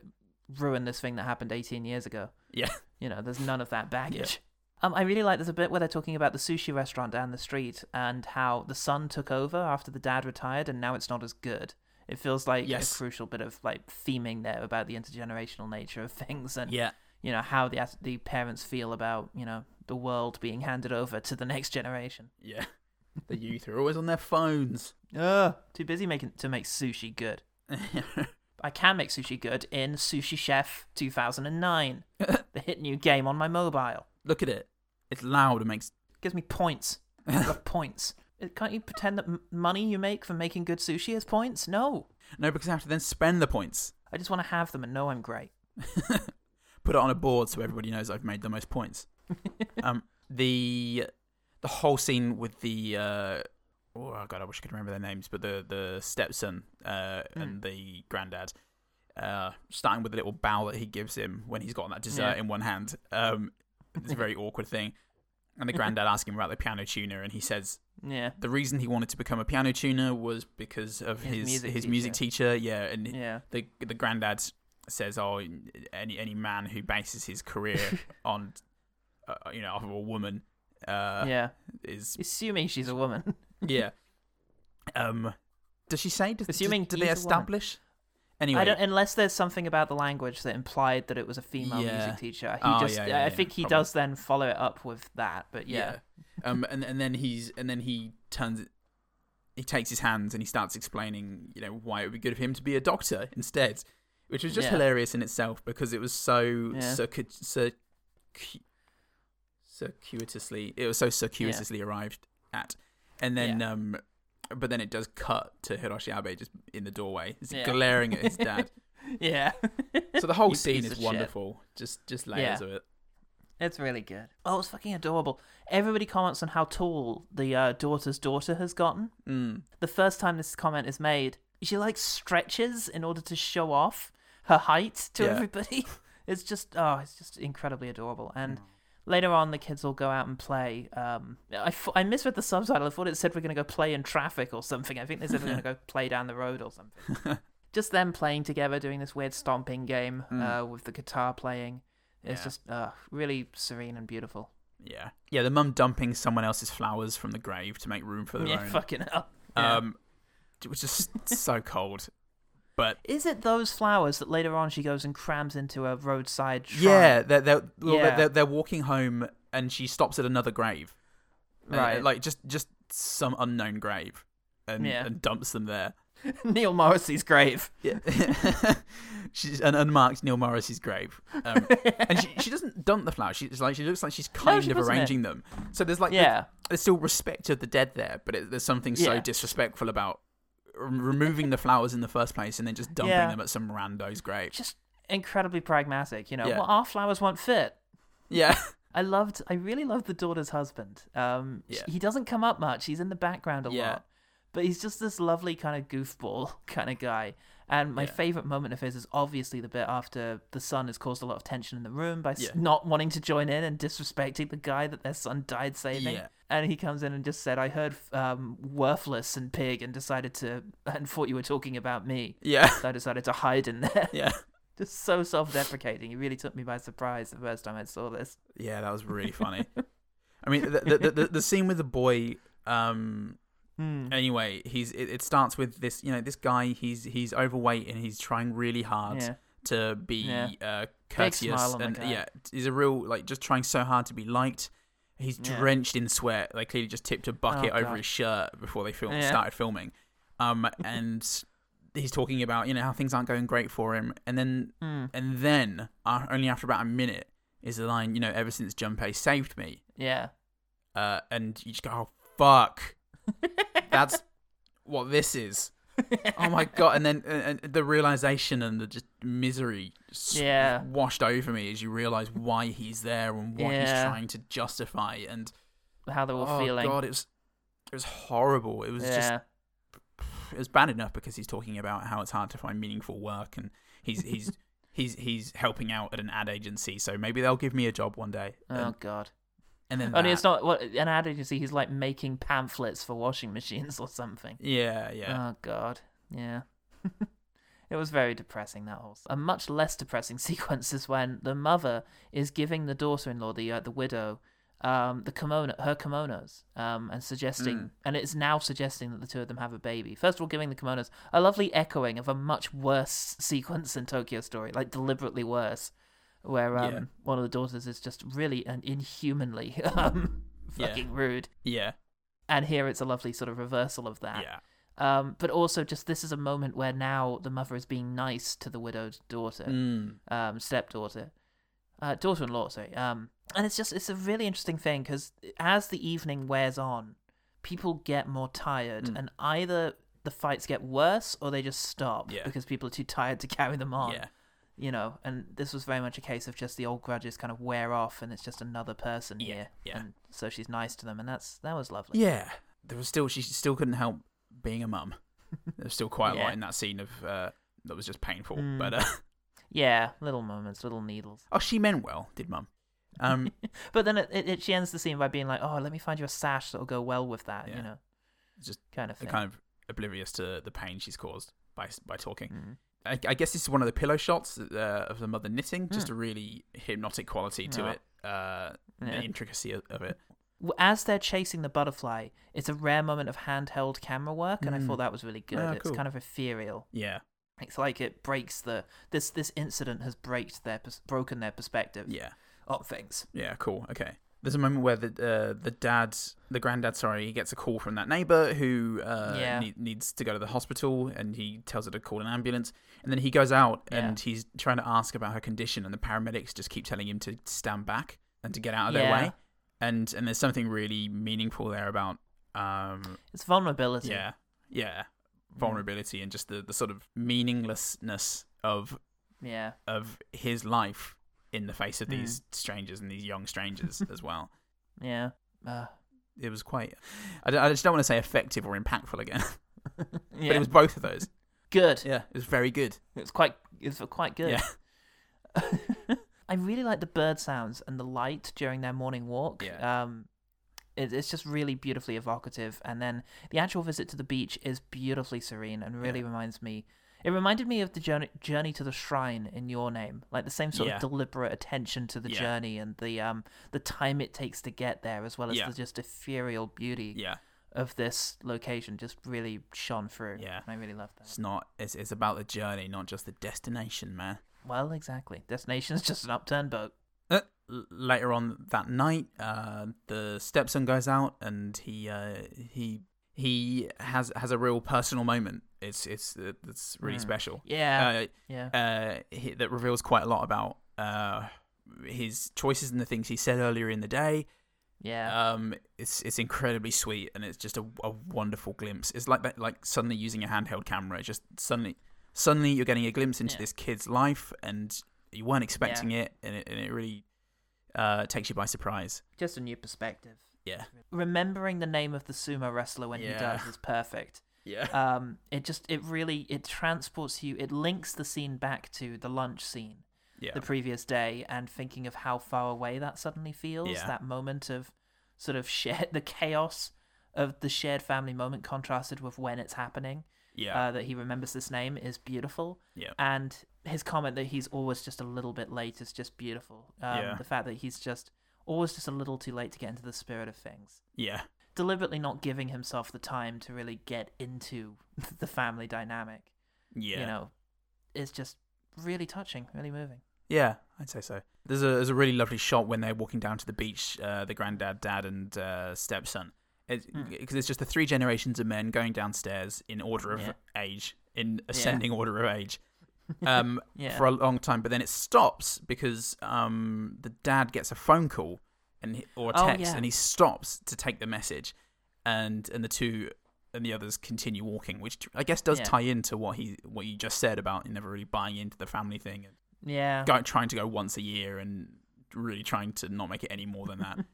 Speaker 1: ruin this thing that happened 18 years ago.
Speaker 2: Yeah.
Speaker 1: You know, there's none of that baggage. Um, I really like there's a bit where they're talking about the sushi restaurant down the street and how the son took over after the dad retired and now it's not as good. It feels like
Speaker 2: Yes.
Speaker 1: a crucial bit of like theming there about the intergenerational nature of things and
Speaker 2: Yeah.
Speaker 1: you know how the as- the parents feel about you know the world being handed over to the next generation.
Speaker 2: Yeah. The youth are always on their phones.
Speaker 1: Ugh, too busy making to make sushi good. I can make sushi good in Sushi Chef 2009, the hit new game on my mobile.
Speaker 2: Look at it. It's loud. It makes.
Speaker 1: gives me points. I love points. It- Can't you pretend that m- money you make from making good sushi is points? No.
Speaker 2: No, because I have to then spend the points.
Speaker 1: I just want to have them and know I'm great.
Speaker 2: Put it on a board so everybody knows I've made the most points. um, the the whole scene with the uh, oh god, I wish I could remember their names, but the the stepson uh, and the granddad. Uh, starting with the little bow that he gives him when he's got that dessert
Speaker 1: Yeah.
Speaker 2: in one hand. Um, it's a very awkward thing. And the granddad asks him about the piano tuner, and he says,
Speaker 1: Yeah.
Speaker 2: the reason he wanted to become a piano tuner was because of his
Speaker 1: His
Speaker 2: his music,
Speaker 1: music
Speaker 2: teacher. Yeah, and
Speaker 1: Yeah.
Speaker 2: the the granddad says, "Oh, any any man who bases his career on, uh, you know, off of a woman, uh,
Speaker 1: yeah.
Speaker 2: is
Speaker 1: Assuming she's a woman.
Speaker 2: yeah." Um, does she say? Does,
Speaker 1: Assuming
Speaker 2: do, do they
Speaker 1: he's a woman.
Speaker 2: establish? Anyway,
Speaker 1: I don't, unless there's something about the language that implied that it was a female
Speaker 2: Yeah.
Speaker 1: music teacher. He
Speaker 2: Oh,
Speaker 1: just,
Speaker 2: yeah, yeah,
Speaker 1: I
Speaker 2: yeah,
Speaker 1: think he
Speaker 2: probably.
Speaker 1: does then follow it up with that. But yeah,
Speaker 2: um, and and then he's and then he turns. He takes his hands and he starts explaining, you know, why it would be good for him to be a doctor instead, which was just
Speaker 1: Yeah.
Speaker 2: hilarious in itself because it was so
Speaker 1: Yeah.
Speaker 2: circuit, cir- cu- circuitously. It was so circuitously arrived at, and then
Speaker 1: Yeah.
Speaker 2: um, but then it does cut to Hiroshi Abe just in the doorway, just
Speaker 1: Yeah.
Speaker 2: glaring at his dad.
Speaker 1: yeah,
Speaker 2: So the whole
Speaker 1: You
Speaker 2: scene
Speaker 1: piece
Speaker 2: is
Speaker 1: of shit.
Speaker 2: wonderful. Just just layers
Speaker 1: Yeah.
Speaker 2: of it.
Speaker 1: it's really good. Oh, it's fucking adorable. Everybody comments on how tall the uh, daughter's daughter has gotten.
Speaker 2: Mm.
Speaker 1: the first time this comment is made, she like stretches in order to show off her height to
Speaker 2: Yeah.
Speaker 1: everybody. It's just oh, it's just incredibly adorable. And later on, the kids all go out and play. Um, I, f- I misread the subtitle. I thought it said we're going to go play in traffic or something. I think they said we're going to go play down the road or something. just them playing together, doing this weird stomping game uh, with the guitar playing. It's
Speaker 2: Hmm. Yeah.
Speaker 1: just uh, really serene and beautiful.
Speaker 2: Yeah, yeah. The mum dumping someone else's flowers from the grave to make room for their
Speaker 1: Yeah,
Speaker 2: own.
Speaker 1: fucking hell. Yeah.
Speaker 2: Um, it was just so cold. But
Speaker 1: Is it those flowers that later on she goes and crams into a roadside shrine?
Speaker 2: yeah, they're they're, well,
Speaker 1: Yeah.
Speaker 2: they're they're they're walking home, and she stops at another grave, Uh,
Speaker 1: Right.
Speaker 2: like just just some unknown grave, and
Speaker 1: Yeah.
Speaker 2: and dumps them there.
Speaker 1: Neil Morrissey's grave.
Speaker 2: Yeah, she's an unmarked Neil Morris's grave, um, and she, she doesn't dump the flowers. She's like she looks like she's kind
Speaker 1: she
Speaker 2: of
Speaker 1: doesn't.
Speaker 2: arranging them. So there's like
Speaker 1: Yeah.
Speaker 2: there's still respect of the dead there, but it, there's something so
Speaker 1: Yeah.
Speaker 2: disrespectful about r- removing the flowers in the first place and then just dumping
Speaker 1: Yeah.
Speaker 2: them at some rando's grave.
Speaker 1: Just incredibly pragmatic, you know.
Speaker 2: Yeah.
Speaker 1: Well, our flowers won't fit.
Speaker 2: Yeah.
Speaker 1: I loved, I really loved the daughter's husband. Um, sh-
Speaker 2: Yeah.
Speaker 1: He doesn't come up much. He's in the background a
Speaker 2: Yeah.
Speaker 1: lot. But he's just this lovely kind of goofball kind of guy. And my
Speaker 2: Yeah.
Speaker 1: favorite moment of his is obviously the bit after the son has caused a lot of tension in the room by s not wanting to join in and disrespecting the guy that their son died saving.
Speaker 2: Yeah.
Speaker 1: And he comes in and just said, I heard um, worthless and pig and decided to, and thought you were talking about me.
Speaker 2: Yeah.
Speaker 1: So I decided to hide in there.
Speaker 2: Yeah.
Speaker 1: Just so self deprecating. It really took me by surprise the first time I saw this.
Speaker 2: Yeah, that was really funny. I mean, the the, the, the the scene with the boy. Um,
Speaker 1: Hmm.
Speaker 2: Anyway, he's it, it starts with this. You know, this guy. He's he's overweight and he's trying really hard
Speaker 1: Yeah.
Speaker 2: to be
Speaker 1: Yeah.
Speaker 2: uh,
Speaker 1: Big
Speaker 2: courteous
Speaker 1: smile on the
Speaker 2: and
Speaker 1: guy.
Speaker 2: yeah, he's a real like just trying so hard to be liked. He's
Speaker 1: Yeah.
Speaker 2: drenched in sweat. They clearly just tipped a bucket
Speaker 1: Oh,
Speaker 2: over
Speaker 1: God.
Speaker 2: his shirt before they film
Speaker 1: Yeah.
Speaker 2: started filming. Um, and he's talking about you know how things aren't going great for him, and then
Speaker 1: Hmm.
Speaker 2: and then uh, only after about a minute is the line you know ever since Junpei saved me,
Speaker 1: Yeah.
Speaker 2: uh, and you just go oh fuck, that's what this is. oh my god! And then and, and the realization and the just misery s-
Speaker 1: Yeah.
Speaker 2: washed over me as you realize why he's there and what he's
Speaker 1: Yeah.
Speaker 2: trying to justify and
Speaker 1: How they're all
Speaker 2: oh
Speaker 1: feeling.
Speaker 2: god, it was it was horrible. It was
Speaker 1: yeah.
Speaker 2: just it was bad enough because he's talking about how it's hard to find meaningful work and he's he's he's he's helping out at an ad agency, so maybe they'll give me a job one day.
Speaker 1: oh
Speaker 2: And,
Speaker 1: god.
Speaker 2: and then
Speaker 1: Only
Speaker 2: that.
Speaker 1: it's not what an ad agency. He's like making pamphlets for washing machines or something.
Speaker 2: Yeah, yeah.
Speaker 1: Oh god. Yeah. it was very depressing that whole. A much less depressing sequence is when the mother is giving the daughter-in-law, the uh, the widow, um, the kimono, her kimonos, um, and suggesting,
Speaker 2: Mm.
Speaker 1: and it's now suggesting that the two of them have a baby. First of all, giving the kimonos a lovely echoing of a much worse sequence in Tokyo Story, like deliberately worse, where um,
Speaker 2: Yeah.
Speaker 1: one of the daughters is just really and inhumanly um,
Speaker 2: Yeah.
Speaker 1: fucking rude,
Speaker 2: yeah.
Speaker 1: and here it's a lovely sort of reversal of that.
Speaker 2: Yeah.
Speaker 1: Um, but also, just this is a moment where now the mother is being nice to the widowed daughter,
Speaker 2: Mm.
Speaker 1: um, stepdaughter, uh, daughter-in-law. Sorry. Um, and it's just it's a really interesting thing because as the evening wears on, people get more tired,
Speaker 2: Hmm.
Speaker 1: and either the fights get worse or they just stop
Speaker 2: Yeah.
Speaker 1: because people are too tired to carry them on.
Speaker 2: Yeah.
Speaker 1: You know, and this was very much a case of just the old grudges kind of wear off, and it's just another person
Speaker 2: Yeah,
Speaker 1: here.
Speaker 2: yeah.
Speaker 1: And so she's nice to them, and that's that was lovely.
Speaker 2: Yeah. There was still she still couldn't help being a mum. There was still quite a
Speaker 1: Yeah. Hmm.
Speaker 2: lot in that scene of uh, that was just painful. But uh,
Speaker 1: Yeah, little moments, little needles.
Speaker 2: oh, she meant well, did mum? Um,
Speaker 1: But then it, it, it, she ends the scene by being like, "Oh, let me find you a sash that'll go well with that,"
Speaker 2: Yeah.
Speaker 1: you know,
Speaker 2: just
Speaker 1: kind of thing.
Speaker 2: kind of oblivious to the pain she's caused by by talking.
Speaker 1: Hmm.
Speaker 2: I, I guess this is one of the pillow shots uh, of the mother knitting, just a really hypnotic quality to
Speaker 1: Hmm. Yeah.
Speaker 2: it, uh,
Speaker 1: Yeah.
Speaker 2: the intricacy of, of it.
Speaker 1: W- As they're chasing the butterfly, it's a rare moment of handheld camera work, and I thought that was really good.
Speaker 2: Ah,
Speaker 1: it's
Speaker 2: cool.
Speaker 1: kind of ethereal.
Speaker 2: Yeah,
Speaker 1: It's like it breaks the this this incident has breaked their pers- broken their perspective
Speaker 2: yeah,
Speaker 1: of things.
Speaker 2: yeah. Cool. Okay. There's a moment where the uh, the dad, the granddad, sorry, he gets a call from that neighbor who uh,
Speaker 1: Yeah.
Speaker 2: ne- needs to go to the hospital, and he tells her to call an ambulance. And then he goes out
Speaker 1: Yeah.
Speaker 2: and he's trying to ask about her condition, and the paramedics just keep telling him to stand back and to get out of their
Speaker 1: Yeah.
Speaker 2: way. And and there's something really meaningful there about um,
Speaker 1: It's vulnerability.
Speaker 2: Yeah, yeah,
Speaker 1: Hmm.
Speaker 2: vulnerability and just the, the sort of meaninglessness of
Speaker 1: yeah,
Speaker 2: of his life in the face of
Speaker 1: Hmm.
Speaker 2: these strangers and these young strangers as well.
Speaker 1: yeah. Uh,
Speaker 2: It was quite. I, don't- I just don't want to say effective or impactful again,
Speaker 1: yeah.
Speaker 2: but it was both of those.
Speaker 1: good.
Speaker 2: Yeah, it was very good.
Speaker 1: It's quite it's quite good.
Speaker 2: Yeah,
Speaker 1: I really like the bird sounds and the light during their morning walk.
Speaker 2: Yeah.
Speaker 1: Um, it, it's just really beautifully evocative. And then the actual visit to the beach is beautifully serene and really reminds me. It reminded me of the journey, journey to the shrine in Your Name, like the same sort
Speaker 2: Yeah.
Speaker 1: of deliberate attention to the
Speaker 2: Yeah.
Speaker 1: journey and the um the time it takes to get there, as well as
Speaker 2: Yeah.
Speaker 1: the just ethereal beauty
Speaker 2: yeah.
Speaker 1: of this location. Just really shone through.
Speaker 2: Yeah.
Speaker 1: and I really love that.
Speaker 2: It's not. It's it's about the journey, not just the destination, man.
Speaker 1: Well, exactly. Destination's just an upturned boat.
Speaker 2: Uh, l- later on that night, uh, the stepson goes out and he uh, he he has has a real personal moment. It's it's it's really special.
Speaker 1: Hmm. Yeah.
Speaker 2: Uh,
Speaker 1: Yeah.
Speaker 2: uh, he, that reveals quite a lot about uh, his choices and the things he said earlier in the day.
Speaker 1: Yeah.
Speaker 2: Um, it's it's incredibly sweet and it's just a, a wonderful glimpse. It's like that, like suddenly using a handheld camera. It's just suddenly suddenly you're getting a glimpse into
Speaker 1: Yeah.
Speaker 2: this kid's life and you weren't expecting it, and it and it really uh, takes you by surprise.
Speaker 1: just a new perspective.
Speaker 2: Yeah,
Speaker 1: remembering the name of the sumo wrestler when he
Speaker 2: Yeah.
Speaker 1: does is perfect.
Speaker 2: yeah,
Speaker 1: Um, it just it really it transports you. It links the scene back to the lunch scene
Speaker 2: yeah,
Speaker 1: Uh, the previous day, and thinking of how far away that suddenly feels.
Speaker 2: Yeah.
Speaker 1: That moment of sort of shared the chaos of the shared family moment contrasted with when it's happening.
Speaker 2: yeah,
Speaker 1: Uh, that he remembers this name is beautiful.
Speaker 2: yeah,
Speaker 1: And his comment that he's always just a little bit late is just beautiful. Um,
Speaker 2: Yeah.
Speaker 1: The fact that he's just always just a little too late to get into the spirit of things
Speaker 2: yeah,
Speaker 1: deliberately not giving himself the time to really get into the family dynamic.
Speaker 2: yeah.
Speaker 1: You know, it's just really touching, really moving.
Speaker 2: Yeah, I'd say so. There's a there's a really lovely shot when they're walking down to the beach, uh, the granddad, dad, and uh,
Speaker 1: Hmm.
Speaker 2: stepson. Because it's, just the three generations of men going downstairs in order of
Speaker 1: Yeah.
Speaker 2: age, in ascending order of age um,
Speaker 1: Yeah.
Speaker 2: for a long time. But then it stops because um, the dad gets a phone call and he- or a
Speaker 1: Oh,
Speaker 2: text,
Speaker 1: yeah.
Speaker 2: and he stops to take the message, and and the two and the others continue walking, which I guess does
Speaker 1: Yeah.
Speaker 2: tie into what he what you just said about never really buying into the family thing and
Speaker 1: Yeah.
Speaker 2: go, trying to go once a year and really trying to not make it any more than that.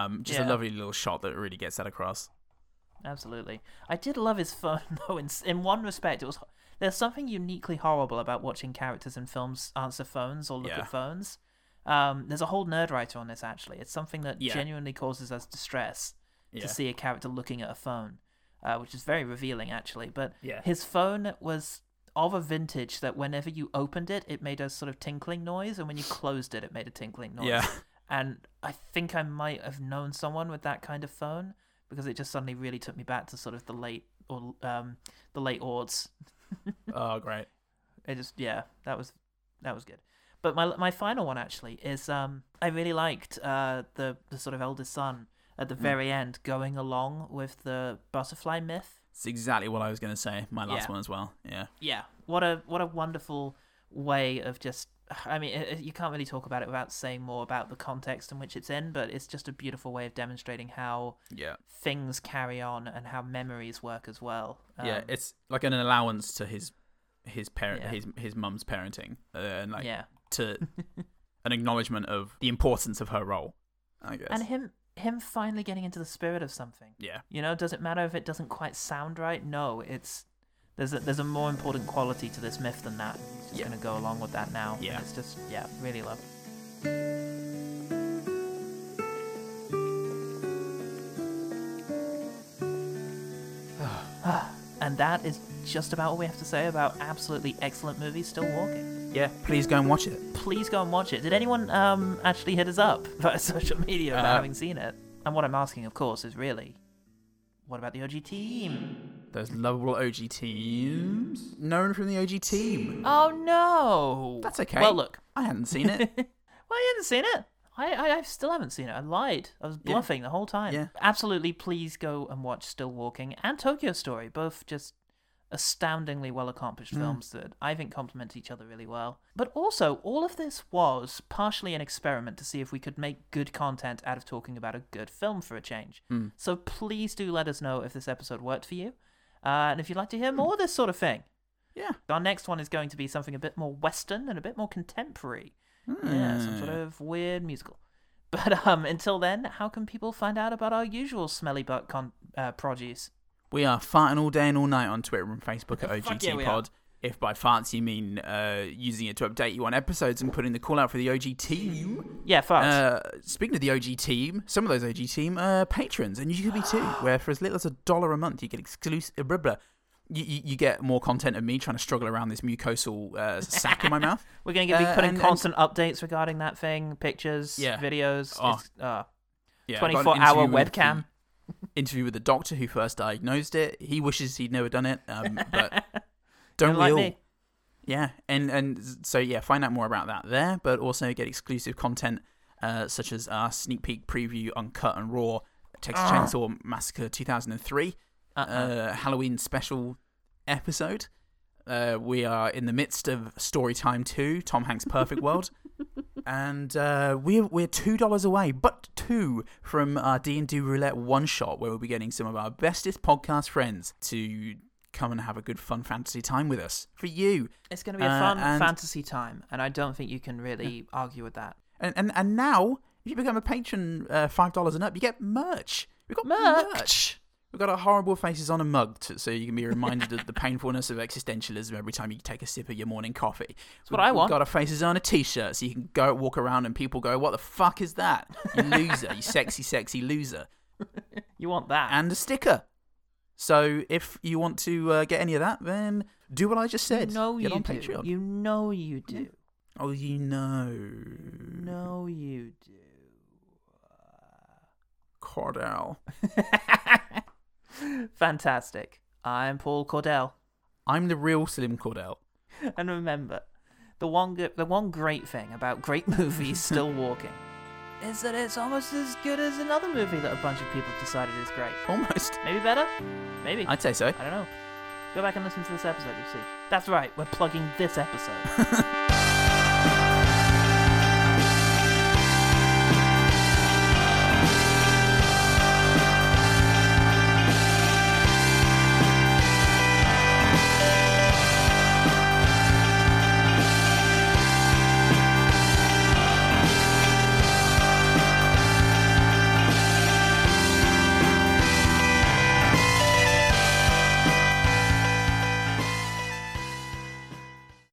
Speaker 2: um, just a
Speaker 1: Yeah.
Speaker 2: lovely little shot that really gets that across.
Speaker 1: Absolutely. I did love his phone though. In s- in one respect, it was ho- there's something uniquely horrible about watching characters in films answer phones or look
Speaker 2: Yeah.
Speaker 1: at phones. Um, there's a whole nerd writer on this actually. It's something that
Speaker 2: Yeah.
Speaker 1: genuinely causes us distress
Speaker 2: Yeah.
Speaker 1: to see a character looking at a phone, uh, which is very revealing actually. But
Speaker 2: Yeah.
Speaker 1: his phone was of a vintage that whenever you opened it, it made a sort of tinkling noise, and when you closed it, it made a tinkling noise.
Speaker 2: Yeah.
Speaker 1: And I think I might have known someone with that kind of phone because it just suddenly really took me back to sort of the late or um the late aughts.
Speaker 2: Oh, great.
Speaker 1: It just yeah, that was that was good. But my my final one actually is um I really liked uh the the sort of eldest son at the very end going along with the butterfly myth.
Speaker 2: It's exactly what I was going to say. My last
Speaker 1: Yeah.
Speaker 2: one as well. Yeah.
Speaker 1: Yeah, what a what a wonderful way of just I mean it, it- you can't really talk about it without saying more about the context in which it's in, but it's just a beautiful way of demonstrating how
Speaker 2: Yeah.
Speaker 1: things carry on and how memories work as well.
Speaker 2: yeah,
Speaker 1: Um,
Speaker 2: it's like an allowance to his his parent
Speaker 1: Yeah.
Speaker 2: his his mum's parenting uh, and like
Speaker 1: yeah.
Speaker 2: to an acknowledgement of the importance of her role. I guess.
Speaker 1: And him him finally getting into the spirit of something.
Speaker 2: yeah.
Speaker 1: You know, does it matter if it doesn't quite sound right? No, it's there's a, there's a more important quality to this myth than that. He's just
Speaker 2: Yeah.
Speaker 1: gonna go along with that now.
Speaker 2: Yeah.
Speaker 1: it's just yeah, really love. it. Ah, and that is just about all we have to say about absolutely excellent movies still walking.
Speaker 2: Yeah, please go and watch it.
Speaker 1: Please go and watch it. Did anyone um actually hit us up via social media about
Speaker 2: Uh,
Speaker 1: having seen it? And what I'm asking, of course, is really, what about the OG team?
Speaker 2: Those lovable OG teams known from the OG team.
Speaker 1: Oh no!
Speaker 2: That's okay.
Speaker 1: Well, look.
Speaker 2: I hadn't seen it.
Speaker 1: Well, you haven't seen it. I, I, I still haven't seen it. I lied. I was
Speaker 2: Yeah.
Speaker 1: bluffing the whole time.
Speaker 2: Yeah.
Speaker 1: Absolutely, please go and watch Still Walking and Tokyo Story. Both just astoundingly well accomplished
Speaker 2: Mm.
Speaker 1: films that I think complement each other really well. But also, all of this was partially an experiment to see if we could make good content out of talking about a good film for a change.
Speaker 2: Mm.
Speaker 1: So please do let us know if this episode worked for you. Uh, and if you'd like to hear more of this sort of thing,
Speaker 2: yeah.
Speaker 1: our next one is going to be something a bit more Western and a bit more contemporary. Yeah, some
Speaker 2: Hmm.
Speaker 1: sort of weird musical. But um, until then, how can people find out about our usual smelly butt con- uh, produce?
Speaker 2: We are farting all day and all night on Twitter and Facebook at
Speaker 1: Fuck
Speaker 2: OGT
Speaker 1: yeah, we
Speaker 2: Pod. If by farts you mean uh, using it to update you on episodes and putting the call out for the OG team,
Speaker 1: Yeah, fuck.
Speaker 2: Uh, speaking of the OG team, some of those OG team are patrons, and you could be too, where for as little as a dollar a month, you get exclusive. Blah, blah, blah. You, you, you get more content of me trying to struggle around this mucosal uh, sack in my mouth.
Speaker 1: We're going to be
Speaker 2: uh,
Speaker 1: putting
Speaker 2: and- and-
Speaker 1: constant updates regarding that thing, pictures,
Speaker 2: Yeah.
Speaker 1: videos.
Speaker 2: Oh.
Speaker 1: it's- uh,
Speaker 2: Yeah, I got an
Speaker 1: 24 hour
Speaker 2: interview with
Speaker 1: webcam.
Speaker 2: the- interview with the doctor who first diagnosed it. He wishes he'd never done it, um, but don't we
Speaker 1: like
Speaker 2: all?
Speaker 1: me.
Speaker 2: Yeah, and and so yeah, find out more about that there, but also get exclusive content uh, such as our sneak peek preview, uncut and raw, Texas
Speaker 1: Ah.
Speaker 2: Chainsaw Massacre 2003, uh
Speaker 1: Uh-uh.
Speaker 2: Halloween special episode. Uh, we are in the midst of Storytime 2, Tom Hanks' Perfect World, and uh, we're we're two dollars away, but two from our D and D Roulette one shot, where we'll be getting some of our bestest podcast friends to come and have a good fun fantasy time with us for you.
Speaker 1: It's going to be a
Speaker 2: Uh,
Speaker 1: fun
Speaker 2: and-
Speaker 1: fantasy time, and I don't think you can really argue with that.
Speaker 2: And and, and now, if you become a patron, uh, five dollars and up, you get merch. We've got merch.
Speaker 1: Merch.
Speaker 2: We've got our horrible faces on a mug, t so you can be reminded of the painfulness of existentialism every time you take a sip of your morning coffee. That's
Speaker 1: what I want.
Speaker 2: Got our faces on a t-shirt, so you can go walk around and people go, "What the fuck is that? You loser! you sexy, sexy loser!"
Speaker 1: You want that?
Speaker 2: And a sticker. So if you want to uh, get any of that, then do what I just said.
Speaker 1: you know
Speaker 2: get
Speaker 1: you
Speaker 2: on
Speaker 1: do.
Speaker 2: Patreon.
Speaker 1: You know you do.
Speaker 2: Oh, you know.
Speaker 1: No, you do.
Speaker 2: Cordell.
Speaker 1: Fantastic. I'm Paul Cordell.
Speaker 2: I'm the real Slim Cordell.
Speaker 1: And remember, the one good, the one great thing about great movies still walking is that it's almost as good as another movie that a bunch of people decided is great.
Speaker 2: Almost.
Speaker 1: Maybe better? Maybe.
Speaker 2: I'd say so.
Speaker 1: I don't know. Go back and listen to this episode, you'll see. That's right, we're plugging this episode.